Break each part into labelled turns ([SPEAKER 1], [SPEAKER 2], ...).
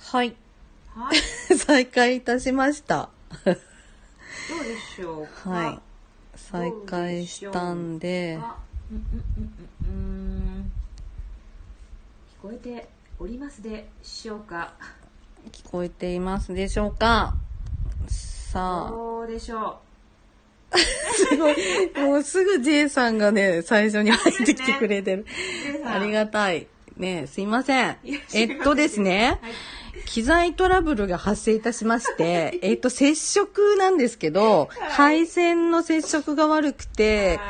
[SPEAKER 1] はい。
[SPEAKER 2] はい。
[SPEAKER 1] 再開いたしました。
[SPEAKER 2] どうでしょうか。
[SPEAKER 1] はい。再開したんで、
[SPEAKER 2] あ、うんうんうんうんうーん。聞こえておりますでしょうか。
[SPEAKER 1] 聞こえていますでしょうかさあ、
[SPEAKER 2] どうでしょ
[SPEAKER 1] すごい。 もうすぐ J さんがね、最初に入ってきてくれてる。
[SPEAKER 2] う。皆さん
[SPEAKER 1] ありがたい。ねえすいません
[SPEAKER 2] いや。
[SPEAKER 1] えっとですね、
[SPEAKER 2] はい
[SPEAKER 1] 機材トラブルが発生いたしまして、えっと、接触なんですけど、配線の接触が悪くて、
[SPEAKER 2] は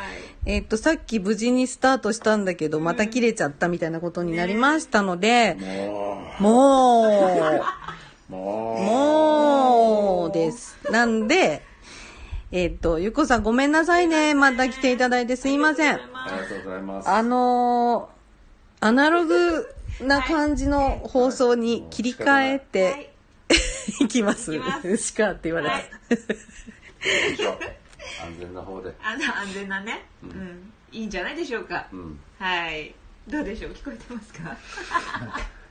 [SPEAKER 2] い
[SPEAKER 1] えっと、さっき無事にスタートしたんだけど、また切れちゃったみたいなことになりましたので、もう、もうです。なんで、えっと、ゆっこさんごめんなさいね。また来ていただいてすいません。
[SPEAKER 3] ありがとうございます。
[SPEAKER 1] あのーアナログな感じの放送に切り替え
[SPEAKER 2] は
[SPEAKER 1] て
[SPEAKER 2] い
[SPEAKER 1] いきます。
[SPEAKER 2] いきま
[SPEAKER 1] しかって言われま
[SPEAKER 2] は
[SPEAKER 1] す
[SPEAKER 2] い。
[SPEAKER 3] 以上安全な方で。
[SPEAKER 2] あの安全なね、うん、いいんじゃないでしょうか。
[SPEAKER 3] うん。
[SPEAKER 2] はい。どうでしょう。聞こえてますか。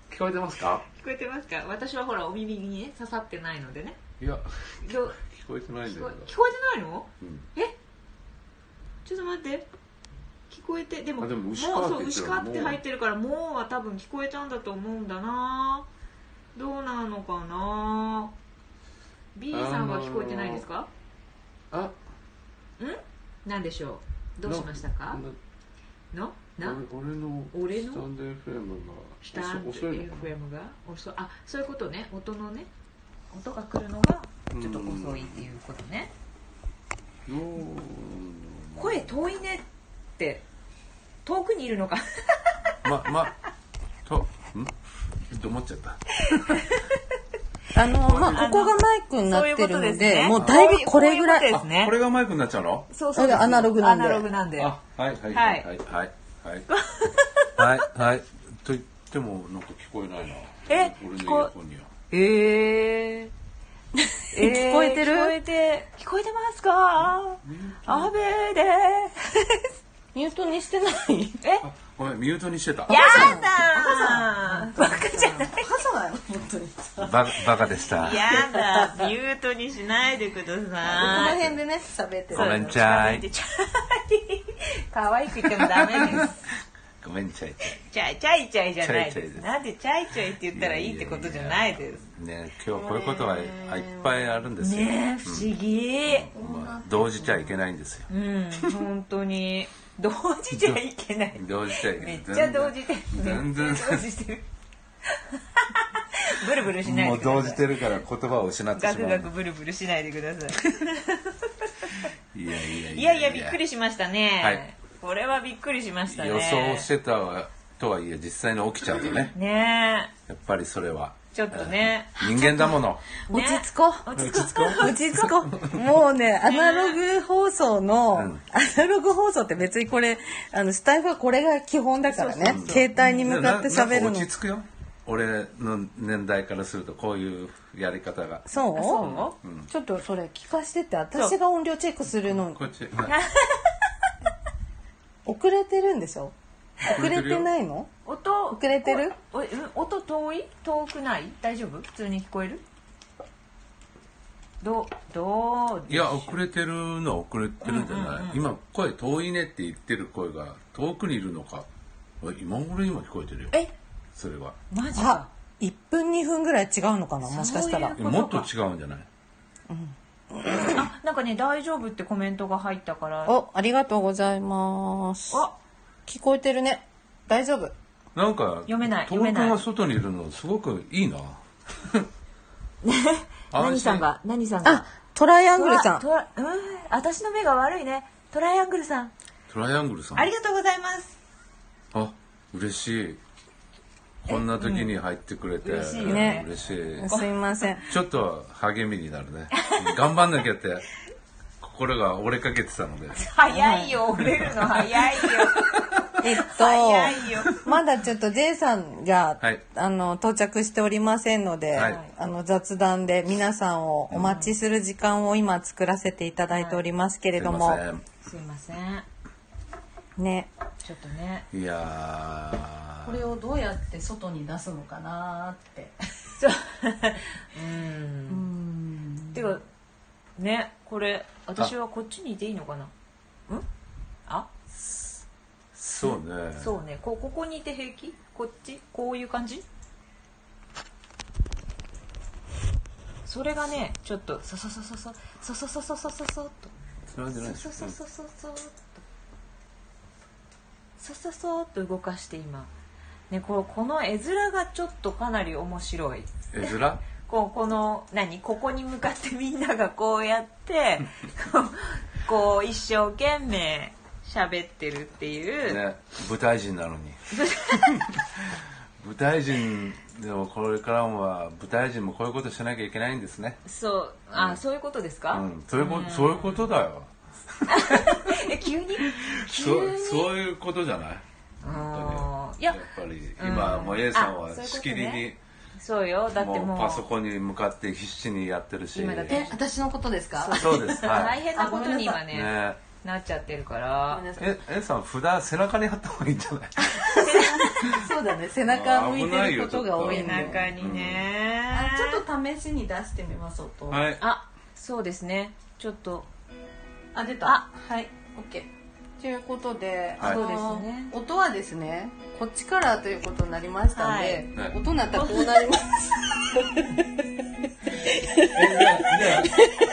[SPEAKER 3] 聞こえてますか
[SPEAKER 2] 聞こえてますか。私はほらお耳にね刺さってないのでね。
[SPEAKER 3] いや、
[SPEAKER 2] どう
[SPEAKER 3] 聞こえてないん
[SPEAKER 2] 聞
[SPEAKER 3] だけ
[SPEAKER 2] こ
[SPEAKER 3] ど。
[SPEAKER 2] 聞こえてないの？
[SPEAKER 3] うん。
[SPEAKER 2] えちょっと待って聞こえてでも
[SPEAKER 3] あでも牛
[SPEAKER 2] もう
[SPEAKER 3] 飼って言ってたよ
[SPEAKER 2] そう牛飼って
[SPEAKER 3] もう
[SPEAKER 2] 入ってるからもうは多分聞こえたんだと思うんだなどうなのかな B さんは聞こえてないですか
[SPEAKER 3] あ、
[SPEAKER 2] 何でしょうどうしましたかの
[SPEAKER 3] な
[SPEAKER 2] な
[SPEAKER 3] 俺俺の
[SPEAKER 2] 俺の
[SPEAKER 3] スタンド FM が
[SPEAKER 2] 下タン
[SPEAKER 3] 遅遅いのかな
[SPEAKER 2] FM が遅いあそういうことね音のね音が来るのがちょっと遅いっていうことね
[SPEAKER 3] うん
[SPEAKER 2] 声遠いねって遠くにいるのか
[SPEAKER 3] ま、ま、と、んと思っちゃった。
[SPEAKER 1] あのーまあ、ここがマイクになっ
[SPEAKER 2] そう
[SPEAKER 1] てるの
[SPEAKER 2] いうことで、
[SPEAKER 1] です
[SPEAKER 2] ね
[SPEAKER 1] もうだいぶこれぐら
[SPEAKER 2] こういう
[SPEAKER 1] い
[SPEAKER 2] こ、とですね
[SPEAKER 3] あこれがマイクになっちゃうの
[SPEAKER 2] そう
[SPEAKER 1] そうですアナログなんで
[SPEAKER 2] アナログなんで
[SPEAKER 3] あ、はいはいはいはい はい。はい、はい、はい。と言っても、なんか聞こえないな。
[SPEAKER 2] え
[SPEAKER 3] 俺のイ
[SPEAKER 2] 聞
[SPEAKER 3] ヤ
[SPEAKER 2] こ
[SPEAKER 3] ホンには。
[SPEAKER 2] えー、
[SPEAKER 1] 聞こえてる
[SPEAKER 2] 聞こえて聞こえてますかアベーで
[SPEAKER 1] ミュートにしてない
[SPEAKER 2] すえ
[SPEAKER 3] あ、ごめん、ミュートにしてた。
[SPEAKER 2] やだバカじゃない
[SPEAKER 1] 傘なの本当に。こ
[SPEAKER 3] ババカでした。
[SPEAKER 2] やだミュートにしないでくだ
[SPEAKER 1] の
[SPEAKER 2] さい
[SPEAKER 1] 辺でね、喋って
[SPEAKER 3] ごめん
[SPEAKER 1] る。
[SPEAKER 3] ちゃい。
[SPEAKER 2] チャイ可愛く言ってもダメです
[SPEAKER 3] ごめんちゃい。
[SPEAKER 2] チャイチャイチャイじゃない
[SPEAKER 3] チャ
[SPEAKER 2] で
[SPEAKER 3] イチャイ
[SPEAKER 2] す
[SPEAKER 3] です
[SPEAKER 2] なんでチャイチャイって言ったらいいってことじゃないです
[SPEAKER 3] ね、今日こういうことはいっぱいあるんですよ。
[SPEAKER 2] ねえ不思議
[SPEAKER 3] まあ、動じちゃいけないんですよ。
[SPEAKER 2] うん本当に同時じゃいけない
[SPEAKER 3] 動じちゃいけない。
[SPEAKER 2] めっちゃ同時て
[SPEAKER 3] 全然。
[SPEAKER 2] 同時してる ブルブルしない
[SPEAKER 3] も
[SPEAKER 2] で
[SPEAKER 3] う
[SPEAKER 2] ください
[SPEAKER 3] 動じてるから言葉を失って
[SPEAKER 2] ガ
[SPEAKER 3] し
[SPEAKER 2] ク
[SPEAKER 3] ま
[SPEAKER 2] ガ
[SPEAKER 3] う
[SPEAKER 2] ク。ブルブルしないでくださ
[SPEAKER 3] いやいや
[SPEAKER 2] いいやいやびっくりしましたね、
[SPEAKER 3] はい
[SPEAKER 2] これはびっくりしましたね
[SPEAKER 3] 予想してたわとはいえ実際に起きちゃうとね
[SPEAKER 2] ね
[SPEAKER 3] やっぱりそれは
[SPEAKER 2] えちょっとね
[SPEAKER 3] 人間だもの
[SPEAKER 1] 落ち着こう。
[SPEAKER 2] 落ち着こ
[SPEAKER 1] 落ち着こう。もうね、アナログ放送の、
[SPEAKER 3] うん
[SPEAKER 1] アナログ放送って別にこれ、あの、スタイフはこれが基本だからね。携帯に向かって喋
[SPEAKER 3] な
[SPEAKER 1] る
[SPEAKER 3] んか
[SPEAKER 1] の。
[SPEAKER 3] 落ち着くよ俺の年代からするとこういうやり方が
[SPEAKER 1] そう
[SPEAKER 2] そう
[SPEAKER 1] ちょっとそれ聞かしてって、私が音量チェックするの
[SPEAKER 3] こっち、はい
[SPEAKER 1] 遅れてるんでしょ遅
[SPEAKER 3] 遅れ
[SPEAKER 1] れ
[SPEAKER 3] てるよ
[SPEAKER 1] てないの
[SPEAKER 2] 音
[SPEAKER 1] 遅れてる
[SPEAKER 2] おうん音遠い遠くない大丈夫普通に聞こえるどうどう
[SPEAKER 3] いや遅れてるのは遅れてるんじゃない、今声遠いねって言ってる声が遠くにいるのかおい今俺今聞こえてるよ
[SPEAKER 1] え
[SPEAKER 3] それは
[SPEAKER 2] マジ
[SPEAKER 1] あ
[SPEAKER 2] か、
[SPEAKER 1] 1分2分ぐらい違うのかなもしかしたら
[SPEAKER 2] そう。
[SPEAKER 3] えもっと違うんじゃない
[SPEAKER 2] あなんかね大丈夫ってコメントが入ったから
[SPEAKER 1] お、ありがとうございます。
[SPEAKER 2] あ
[SPEAKER 1] 聞こえてるね。大丈夫。
[SPEAKER 3] なんか
[SPEAKER 2] 読めない
[SPEAKER 3] 遠
[SPEAKER 2] 読め
[SPEAKER 3] く
[SPEAKER 2] ない
[SPEAKER 3] が外にいるのすごくいいな
[SPEAKER 2] 何
[SPEAKER 3] 安
[SPEAKER 2] さん
[SPEAKER 3] 心
[SPEAKER 2] が何さんが
[SPEAKER 1] あ、トライアングルさん
[SPEAKER 2] ト。ラトラうん私の目が悪いねトライアングルさん
[SPEAKER 3] トライアングルさん
[SPEAKER 2] ありがとうございます
[SPEAKER 3] あ嬉しいこんな時に入ってくれて、
[SPEAKER 2] うん嬉しいよね
[SPEAKER 3] 嬉しい
[SPEAKER 1] すいません。
[SPEAKER 3] ちょっと励みになるね頑張んなきゃって心が折れかけてたので
[SPEAKER 2] 早いよ折れるの早いよ
[SPEAKER 1] えっ
[SPEAKER 2] 早いよ
[SPEAKER 1] と、まだちょっと J さんが、
[SPEAKER 3] はい
[SPEAKER 1] あの到着しておりませんので、
[SPEAKER 3] はい
[SPEAKER 1] あの雑談で皆さんをお待ちする時間を今作らせていただいておりますけれ
[SPEAKER 3] すい
[SPEAKER 1] ども、
[SPEAKER 3] ません
[SPEAKER 2] すいません
[SPEAKER 1] ね。
[SPEAKER 2] ちょっとね
[SPEAKER 3] いやー
[SPEAKER 4] これをどうやって外に出すのかなーって
[SPEAKER 2] そううんてかねこれ私はこっちにいていいのかなうんあ
[SPEAKER 3] そうね
[SPEAKER 2] そうねこここにいて平気こっちこういう感じそれがねちょっとそそそそそそそそそそそそっと
[SPEAKER 3] それなんじゃないでし
[SPEAKER 2] そ
[SPEAKER 3] ょ
[SPEAKER 2] そそそそそっとそそそっと動かして今ねこうこの絵面がちょっとかなり面白い
[SPEAKER 3] 絵面
[SPEAKER 2] こうこの何ここに向かってみんながこうやってこうこう一生懸命喋ってるっていう、
[SPEAKER 3] ね、舞台人なの に舞台人でもこれからは舞台人もこういうことしなきゃいけないんですね、
[SPEAKER 2] そうあ、そういうことです
[SPEAKER 3] う
[SPEAKER 2] か、
[SPEAKER 3] ん、そういうこそういうことだよ
[SPEAKER 2] え急に急
[SPEAKER 3] そ
[SPEAKER 2] に
[SPEAKER 3] うそういうことじゃない
[SPEAKER 2] あーい
[SPEAKER 3] やっ
[SPEAKER 2] や
[SPEAKER 3] ぱり今
[SPEAKER 2] うん
[SPEAKER 3] もう A さん
[SPEAKER 2] あそういう
[SPEAKER 3] は
[SPEAKER 2] ことね
[SPEAKER 3] しきりに
[SPEAKER 2] そうよだって
[SPEAKER 3] も
[SPEAKER 2] も
[SPEAKER 3] う
[SPEAKER 2] う
[SPEAKER 3] パソコンに向かって必死にやってるし
[SPEAKER 1] 今だって私のことですか
[SPEAKER 3] そうですは
[SPEAKER 2] 大
[SPEAKER 3] い
[SPEAKER 2] 変なことに今ね
[SPEAKER 3] ね
[SPEAKER 2] なっちゃってるから
[SPEAKER 1] ごめんなさい
[SPEAKER 3] え A さん札背中に貼った方がいいんじゃない
[SPEAKER 1] そうだね背中向いてることが多い
[SPEAKER 3] 危
[SPEAKER 2] 背
[SPEAKER 1] んだよ
[SPEAKER 2] 中にね、
[SPEAKER 1] あちょっと試しに出してみます音、
[SPEAKER 3] はい
[SPEAKER 2] あそうですねちょっと
[SPEAKER 1] あ出た
[SPEAKER 2] あ
[SPEAKER 1] はいオッケーということで、
[SPEAKER 3] はい
[SPEAKER 1] あ
[SPEAKER 2] そ
[SPEAKER 1] の
[SPEAKER 2] うですね
[SPEAKER 1] 音はですねこっちからということになりましたんで、
[SPEAKER 3] はいはい
[SPEAKER 1] 音なったらこうなります
[SPEAKER 3] えじゃあじゃあ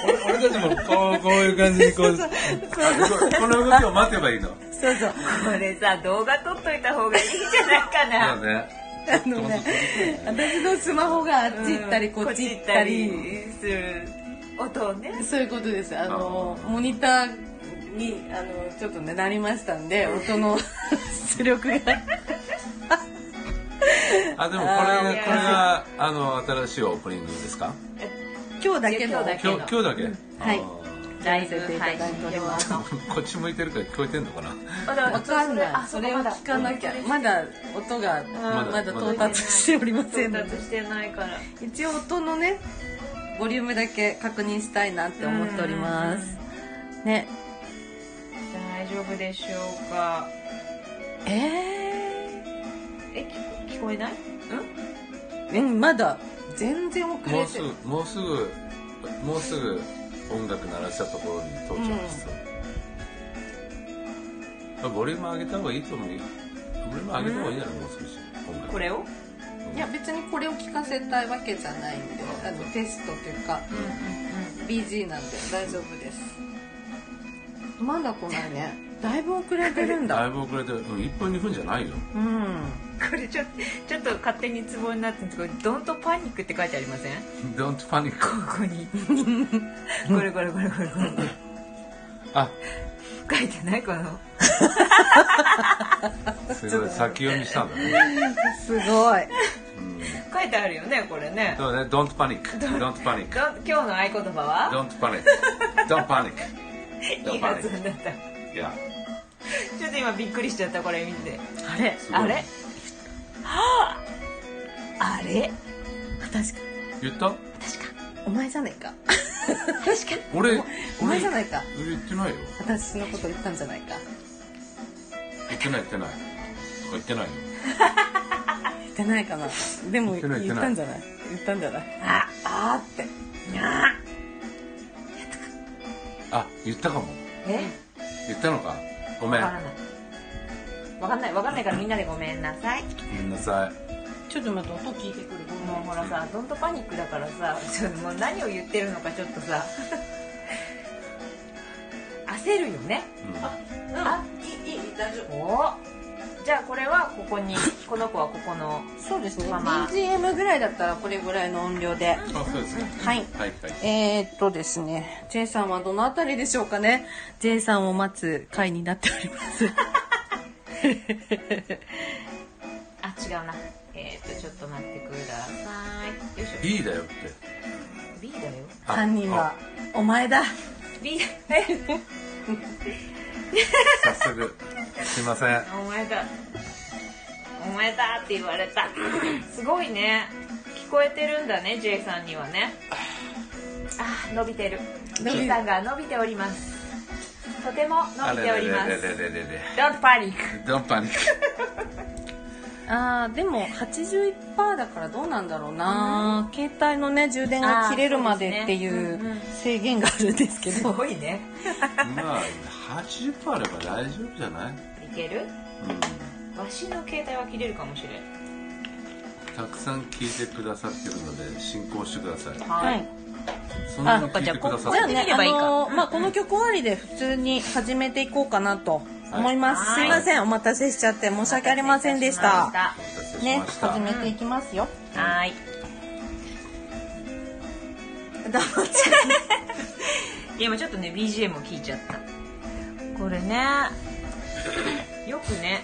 [SPEAKER 3] 俺俺たちもこうこういう感じにこうあこの動きを待てばいいの
[SPEAKER 1] そうそう
[SPEAKER 2] これさ動画撮っといた方がいいんじゃないかな
[SPEAKER 3] だね
[SPEAKER 1] あのね私のスマホがあっち行ったりこっち行ったり
[SPEAKER 2] こっち行ったりする音をね
[SPEAKER 1] そういうことですあのモニターにあのちょっとねなりましたんで音の 出力が
[SPEAKER 3] あでもこれ
[SPEAKER 1] あ
[SPEAKER 2] ー
[SPEAKER 3] これがあの新しいオープニングですか
[SPEAKER 1] 今日だけの
[SPEAKER 2] 今日だけ
[SPEAKER 3] 今日今日だけ、
[SPEAKER 1] はい
[SPEAKER 3] あー
[SPEAKER 1] ライブ配信では
[SPEAKER 3] こっち向いてるから聞こえてんのかな
[SPEAKER 1] わかんないそれを聞かなきゃまだ音が
[SPEAKER 2] ま
[SPEAKER 3] だ
[SPEAKER 1] まだ到達しておりません
[SPEAKER 2] 到
[SPEAKER 1] ので
[SPEAKER 2] 達してないから
[SPEAKER 1] 一応音のねボリュームだけ確認したいなって思っておりますね
[SPEAKER 2] 大丈夫でしょうか
[SPEAKER 1] え
[SPEAKER 2] え聞こ聞こえないん
[SPEAKER 1] ー、うんまだ全然遅
[SPEAKER 3] も
[SPEAKER 1] れ
[SPEAKER 3] う
[SPEAKER 1] て
[SPEAKER 3] す
[SPEAKER 1] る
[SPEAKER 3] ぐもうすぐもうすぐ音楽鳴らしたところに到着しそう、ボリューム上げた方がいいと思うよボリューム上げた方がいいんじゃない、もう少し音楽
[SPEAKER 2] これを
[SPEAKER 1] いや別にこれを聞かせたいわけじゃないんであのテストというか
[SPEAKER 2] うんうん
[SPEAKER 1] BG なんで大丈夫ですまだ来ないねだいぶ遅れてるん
[SPEAKER 3] だ
[SPEAKER 1] だ
[SPEAKER 3] いぶ遅れてる、うん、1分2分じゃないよ
[SPEAKER 1] うん
[SPEAKER 2] これちょちょっと勝手にツボになってるんですけど「ドントパニック」って書いてありません
[SPEAKER 3] Don't panic
[SPEAKER 2] ここにこれこれこれこれこれ
[SPEAKER 3] あ
[SPEAKER 2] 書いてないこの
[SPEAKER 3] すごい先読みしたんだね、
[SPEAKER 1] すごい
[SPEAKER 3] うん、
[SPEAKER 2] 書いてあるよねこれね
[SPEAKER 3] そうね Don't panic Don't panic
[SPEAKER 2] ど今日の合言葉は
[SPEAKER 3] Don't panic Don't panic
[SPEAKER 2] いい発音だった
[SPEAKER 3] いや
[SPEAKER 2] ちょっと今びっくりしちゃったこれ見て
[SPEAKER 1] あれ
[SPEAKER 3] すごい
[SPEAKER 2] あれはああれ
[SPEAKER 1] 確か
[SPEAKER 3] 言った
[SPEAKER 1] 確かお前じゃないか
[SPEAKER 2] 確かに
[SPEAKER 3] 俺
[SPEAKER 1] お前
[SPEAKER 3] 俺
[SPEAKER 1] じゃないか
[SPEAKER 3] 言ってないよ
[SPEAKER 1] 私のこと言ったんじゃないか
[SPEAKER 3] 言ってない言ってない言ってないよ
[SPEAKER 1] 言ってないかなでも
[SPEAKER 3] 言
[SPEAKER 1] 言
[SPEAKER 3] ってない言
[SPEAKER 1] った
[SPEAKER 3] ってない
[SPEAKER 1] んじゃない言ったんじゃない
[SPEAKER 2] あ
[SPEAKER 1] あーって
[SPEAKER 2] あ
[SPEAKER 3] あ言ったかも
[SPEAKER 2] え
[SPEAKER 3] 言ったのかごめ
[SPEAKER 2] わ
[SPEAKER 3] ん
[SPEAKER 2] からないわかんないわかんないからみんなでごめんなさい
[SPEAKER 3] ごめんなさ
[SPEAKER 1] ちょっと待って音聞いてくる
[SPEAKER 2] もうほらさドントパニックだからさちょっともう何を言ってるのかちょっとさ焦るよね
[SPEAKER 3] い、うん
[SPEAKER 2] あ
[SPEAKER 1] いいいい大丈
[SPEAKER 2] おじゃあこれはここ にこの子はここの
[SPEAKER 1] そうですね
[SPEAKER 2] まあまあ
[SPEAKER 1] BGM ぐらいだったらこれぐらいの音量で
[SPEAKER 3] あそうですね
[SPEAKER 1] はい
[SPEAKER 3] はいはい
[SPEAKER 1] えー、っとですね J さんはどのあたりでしょうかね J さんを待つ回になっております
[SPEAKER 2] あ違うなえっ、とちょっと待ってくださいよいしょ
[SPEAKER 3] B だよって
[SPEAKER 2] B だよ
[SPEAKER 3] あ
[SPEAKER 1] 犯人はお前だ
[SPEAKER 2] B だえ
[SPEAKER 3] あ早速すいま せん
[SPEAKER 2] お前だお前だって言われ たすごいね聞こえてるんだね J さんにはねあー伸びてる
[SPEAKER 1] 伸び
[SPEAKER 2] J さんが伸びておりますとても伸びております
[SPEAKER 3] あれれれれれれれれ
[SPEAKER 2] Don't panic
[SPEAKER 3] ドンパニック
[SPEAKER 1] あーでも81%だからどうなんだろうな、携帯のね充電が切れるまでってい
[SPEAKER 2] あーそうですねうんう
[SPEAKER 1] うん制限があるんですけ
[SPEAKER 2] す
[SPEAKER 1] ど
[SPEAKER 2] ごいね
[SPEAKER 3] まあ80%あれば大丈夫じゃない、うん、
[SPEAKER 2] いけるわしの携帯は切れるかもしれん
[SPEAKER 3] たくさん聞いてくださってるので進行してください
[SPEAKER 1] はい
[SPEAKER 3] そのまま聞いてくだ
[SPEAKER 1] じ
[SPEAKER 3] さ
[SPEAKER 1] ゃあね
[SPEAKER 3] い
[SPEAKER 2] や
[SPEAKER 1] あ
[SPEAKER 2] ってみればいいか
[SPEAKER 1] のーま
[SPEAKER 2] う
[SPEAKER 1] あ
[SPEAKER 2] んう
[SPEAKER 1] こ
[SPEAKER 2] ん
[SPEAKER 1] の曲終わりで普通に始めていこうかなと思います、
[SPEAKER 2] はい
[SPEAKER 1] すいませんお待たせしちゃって申し訳ありませんでした
[SPEAKER 2] は
[SPEAKER 3] お待たせし
[SPEAKER 1] ね
[SPEAKER 3] ました、
[SPEAKER 1] 始めていきますよ、
[SPEAKER 2] ーい
[SPEAKER 1] どうぞ
[SPEAKER 2] いや今ちょっとね BGM を聞いちゃったこれねよくね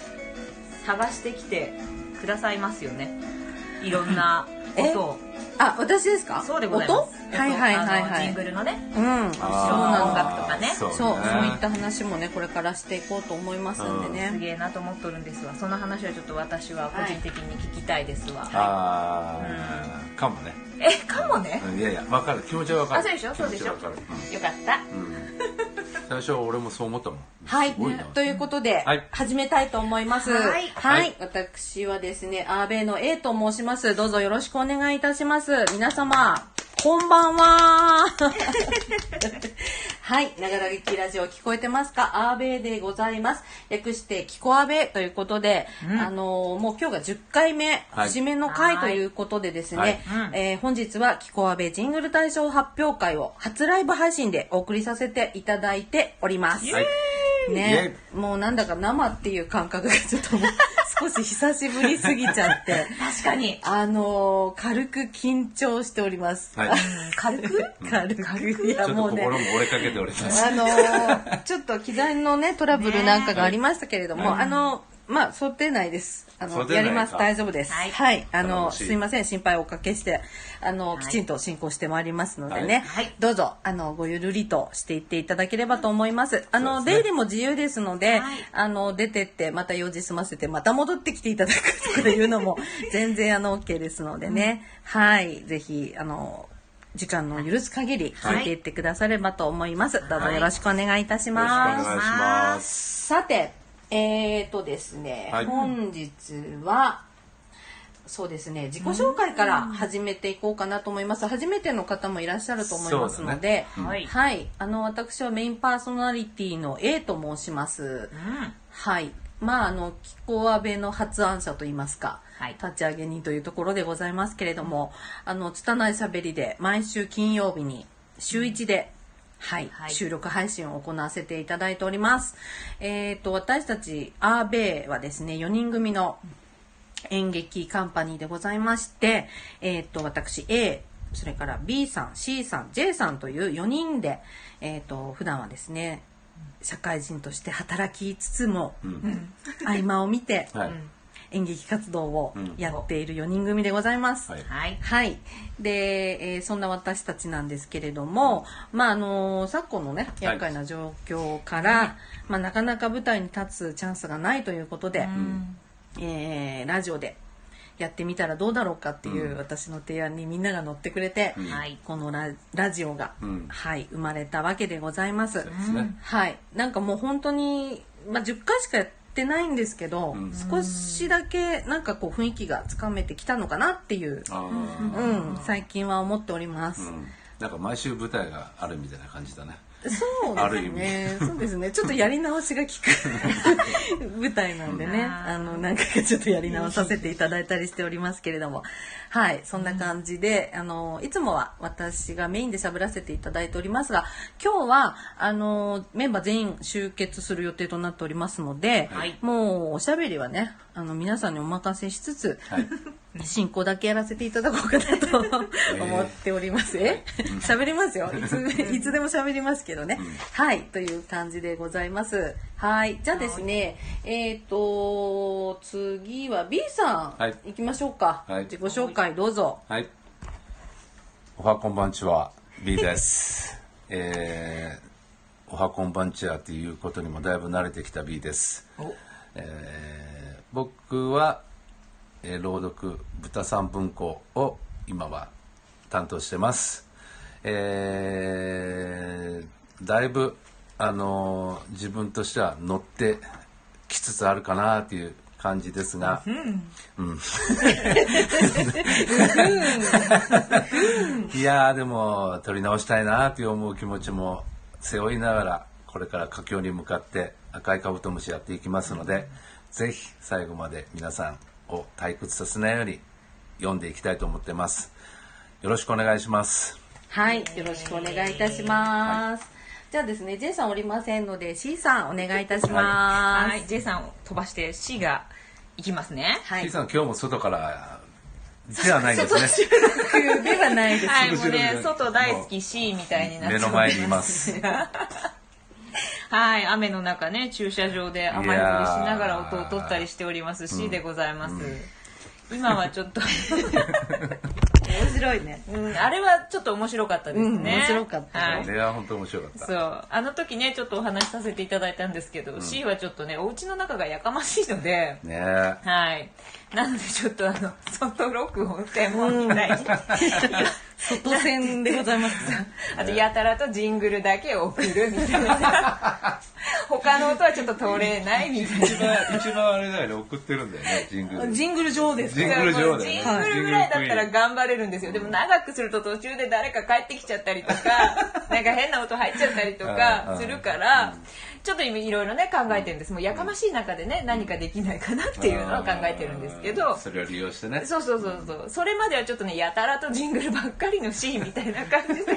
[SPEAKER 2] 探してきてくださいますよねいろんな音を
[SPEAKER 1] あ私ですか
[SPEAKER 2] そうでございます
[SPEAKER 1] 音はいはいはい
[SPEAKER 2] あの
[SPEAKER 1] は
[SPEAKER 2] ジン
[SPEAKER 1] い
[SPEAKER 2] グルのね
[SPEAKER 1] うんそう
[SPEAKER 3] あー
[SPEAKER 1] なん
[SPEAKER 2] 音
[SPEAKER 1] だ
[SPEAKER 2] 楽とかね
[SPEAKER 3] そうね
[SPEAKER 1] そうそういった話もねこれからしていこうと思いますんでね、
[SPEAKER 2] すげえなと思っとるんですわその話はちょっと私は個人的に聞きたいですわ、
[SPEAKER 3] あーかもね
[SPEAKER 2] えかもね
[SPEAKER 3] いやいや分かる気持ちは分かる
[SPEAKER 2] あそうでしょそうでしょ
[SPEAKER 3] 気持ちは分かる
[SPEAKER 2] よかった
[SPEAKER 3] うん、うん最初は俺もそう思ったもん
[SPEAKER 1] はい
[SPEAKER 3] すごいな
[SPEAKER 1] ということで、
[SPEAKER 3] はい
[SPEAKER 1] 始めたいと思います。
[SPEAKER 2] はい
[SPEAKER 3] はい
[SPEAKER 1] 私はですね、アーベイの A と申します。どうぞよろしくお願いいたします。皆様、こんばんは。はい、長ら劇ラジオ聞こえてますか？アーベイでございます。略してキコアベイということで、あのーもう今日が10回目、
[SPEAKER 3] はい
[SPEAKER 1] 節目の回ということでですね、
[SPEAKER 3] は
[SPEAKER 2] う
[SPEAKER 3] い
[SPEAKER 2] ん
[SPEAKER 1] えー本日はキコアベイジングル大賞発表会を初ライブ配信でお送りさせていただいております。
[SPEAKER 3] はい
[SPEAKER 1] ね、もうなんだか生っていう感覚がちょっともう少し久しぶりすぎちゃって
[SPEAKER 2] 確かに
[SPEAKER 1] あのー軽く緊張しております、
[SPEAKER 3] はい
[SPEAKER 1] 軽く軽くい
[SPEAKER 3] ちょ
[SPEAKER 1] や
[SPEAKER 3] っと
[SPEAKER 1] もうね
[SPEAKER 3] 心も折れかけております
[SPEAKER 1] あのーちょっと機材のねトラブルなんかがありましたけれども、あのーまあ想定内ですあ
[SPEAKER 3] 想
[SPEAKER 1] の
[SPEAKER 3] 定内
[SPEAKER 1] やります
[SPEAKER 3] か
[SPEAKER 1] 大丈夫ですは、
[SPEAKER 2] はいい
[SPEAKER 1] あの
[SPEAKER 3] 頼もしい
[SPEAKER 1] すいません心配をおかけしてあの、
[SPEAKER 2] い
[SPEAKER 1] きちんと進行してまいりますのでね、
[SPEAKER 2] はいはい
[SPEAKER 1] どうぞあのごゆるりとしていっていただければと思いますあの
[SPEAKER 3] そうですね
[SPEAKER 1] 出入りも自由ですので、
[SPEAKER 2] はい
[SPEAKER 1] あの出てってまた用事済ませてまた戻ってきていただくとかいうのも全然あの OK ですのでね、はいぜひあの時間の許す限り聞いていってくださればと思います、どうぞよろしくお願いいたし
[SPEAKER 3] よろしくお
[SPEAKER 1] ます、
[SPEAKER 3] 願いします
[SPEAKER 1] さてえーとですね、
[SPEAKER 3] はい
[SPEAKER 1] 本日はそうですね自己紹介から始めていこうかなと思います初めての方もいらっしゃると思いますの
[SPEAKER 3] そう
[SPEAKER 1] で、
[SPEAKER 3] だね
[SPEAKER 2] はい
[SPEAKER 1] はい、あの私はメインパーソナリティの A と申します
[SPEAKER 2] う。ん
[SPEAKER 1] はい。まあ、あの、紀子安倍の発案者といいますか、
[SPEAKER 2] はい
[SPEAKER 1] 立ち上げ人というところでございますけれども、あの、拙い喋りで、毎週金曜日に、週1で、はい、
[SPEAKER 2] はい
[SPEAKER 1] 収録配信を行わせていただいております。えっ、と、私たち、アーベイはですね、4人組の演劇カンパニーでございまして、えっ、と、私 A、それから B さん、C さん、J さんという4人で、えっ、と、普段はですね、社会人として働きつつも、合間を見て
[SPEAKER 3] はい、
[SPEAKER 1] 演劇活動をやっている4人組でございます。
[SPEAKER 3] はい
[SPEAKER 2] はい
[SPEAKER 1] はい。で、えーそんな私たちなんですけれども、まあ、あの昨今のね、厄介な状況から、まあ、なかなか舞台に立つチャンスがないということで、えーラジオでやってみたらどうだろうかっていう私の提案にみんなが乗ってくれて、
[SPEAKER 2] はい
[SPEAKER 1] このララジオが、
[SPEAKER 3] うん
[SPEAKER 1] はい、生まれたわけでございます。
[SPEAKER 3] そうですね
[SPEAKER 1] はい、なんかもう本当に、まあ、10回しかやってないんですけど、
[SPEAKER 3] ん
[SPEAKER 1] 少しだけなんかこう雰囲気がつかめてきたのかなっていう、
[SPEAKER 3] あ
[SPEAKER 1] う
[SPEAKER 3] ー
[SPEAKER 1] ん、最近は思っております。
[SPEAKER 3] うんなんか毎週舞台があるみたいな感じだね
[SPEAKER 1] そう
[SPEAKER 3] あ
[SPEAKER 1] で
[SPEAKER 3] る
[SPEAKER 1] す
[SPEAKER 3] 意
[SPEAKER 1] ね。
[SPEAKER 3] 味
[SPEAKER 1] そうですね。ちょっとやり直しが効く 舞台なんでね。あの、何回かちょっとやり直させていただいたりしておりますけれども。はい。そんな感じで、あの、いつもは私がメインで喋らせていただいておりますが、今日は、あの、メンバー全員集結する予定となっておりますので、
[SPEAKER 2] はい
[SPEAKER 1] もうおしゃべりはね、あの、皆さんにお任せしつつ、
[SPEAKER 3] はい
[SPEAKER 1] 進行だけやらせていただこうかなと思っております。え喋りますよ。いつでいつでも喋りますけどね。はい。という感じでございます。はい。じゃあですね、えっ、と、次は B さん、
[SPEAKER 3] はい
[SPEAKER 1] 行きましょうか。
[SPEAKER 3] はい
[SPEAKER 1] 自己紹介どうぞ。
[SPEAKER 3] はい。おはこんばんちは、B です。えー、おはこんばんちはっていうことにもだいぶ慣れてきた B です。えー僕は、えー朗読豚三文庫を今は担当してます。えーだいぶ、あのー自分としては乗ってきつつあるかなっていう感じですが、いやーでも取り直したいなーって思う気持ちも背負いながらこれから佳境に向かって赤いカブトムシやっていきますので、ぜひ最後まで皆さんを退屈させないように読んでいきたいと思ってますよろしくお願いします
[SPEAKER 1] はい、よろしくお願いいたします。じゃあですね、ジェイさんおりませんので、C さんお願いいたします。
[SPEAKER 2] はい J さんを飛ばして C がいきますね
[SPEAKER 1] は
[SPEAKER 3] T
[SPEAKER 1] い。
[SPEAKER 3] さん今日も外からではないですね
[SPEAKER 1] 空ではないです。
[SPEAKER 2] はい
[SPEAKER 3] す
[SPEAKER 2] も
[SPEAKER 3] ぐ
[SPEAKER 2] う
[SPEAKER 3] 後ろに
[SPEAKER 2] ね外大好き C みたいになっちゃ
[SPEAKER 3] 目
[SPEAKER 2] う
[SPEAKER 3] の前にいます
[SPEAKER 2] はい雨の中ね駐車場で雨
[SPEAKER 3] い
[SPEAKER 2] 降
[SPEAKER 3] や
[SPEAKER 2] りし
[SPEAKER 3] ー
[SPEAKER 2] ながら音を取ったりしております C でございます、今はちょっと、
[SPEAKER 1] 面白いね。
[SPEAKER 2] うん、あれはちょっと面白かったですね、
[SPEAKER 1] うん面白かった
[SPEAKER 2] はい
[SPEAKER 3] あれは本当面白かった
[SPEAKER 2] そうあの時ねちょっとお話しさせていただいたんですけど、C はちょっとねお家の中がやかましいので
[SPEAKER 3] ねえ
[SPEAKER 2] はいなのでちょっとあの外録音専門みたいに、
[SPEAKER 1] 外線でございます。
[SPEAKER 2] あとやたらとジングルだけ送るみたい な他の音はちょっと通れないみたいな
[SPEAKER 3] 一番一番あれだよね送ってるんだよねジングル
[SPEAKER 1] ジングル上です
[SPEAKER 3] ジングル上だよね
[SPEAKER 2] ジングルぐらいだったら頑張れるんですよ。でも長くすると途中で誰か帰ってきちゃったりとか、 なんか変な音入っちゃったりとかするから、ちょっと今いろいろね考えてるんです。もうやかましい中でね、何かできないかなっていうのを考えてるんですけど、
[SPEAKER 3] それを利用してね
[SPEAKER 2] そうそうそうそう。それまではちょっとね、やたらとジングルばっかりのシーンみたいな感じ で。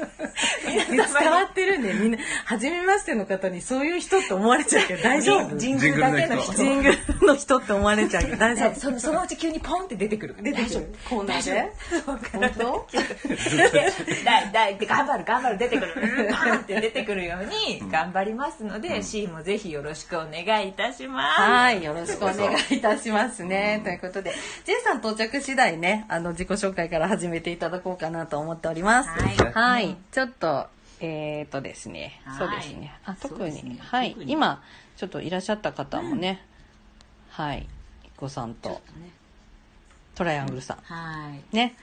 [SPEAKER 1] 伝わってるんで、みんな、初めましての方にそういう人って思われちゃうけど大丈 夫
[SPEAKER 2] ジングルだけの人。
[SPEAKER 1] ジングルの 人って思われちゃうけど大丈
[SPEAKER 2] ね
[SPEAKER 1] 夫
[SPEAKER 2] そのそのうち急にポンって出てくる。出てくる。
[SPEAKER 1] コーナーで本当
[SPEAKER 2] だいだいって頑張る頑張る出てくるバ ンって出てくるように頑張りますので、C もぜひよろしくお願いいたします。
[SPEAKER 1] はい、よろしくお願いいたしますね。ということで、ジェイさん到着次第ね、あの、自己紹介から始めていただこうかなと思っております。
[SPEAKER 2] はい
[SPEAKER 1] はい。ちょっと、えっ、とですね、
[SPEAKER 2] はい
[SPEAKER 1] そうですね。あ、
[SPEAKER 2] そう
[SPEAKER 1] 特
[SPEAKER 2] ですね
[SPEAKER 1] に、はい
[SPEAKER 2] 特に
[SPEAKER 1] 今、ちょっといらっしゃった方もね、はい、いっこさんと、トライアングルさん、
[SPEAKER 2] はい。
[SPEAKER 1] ね。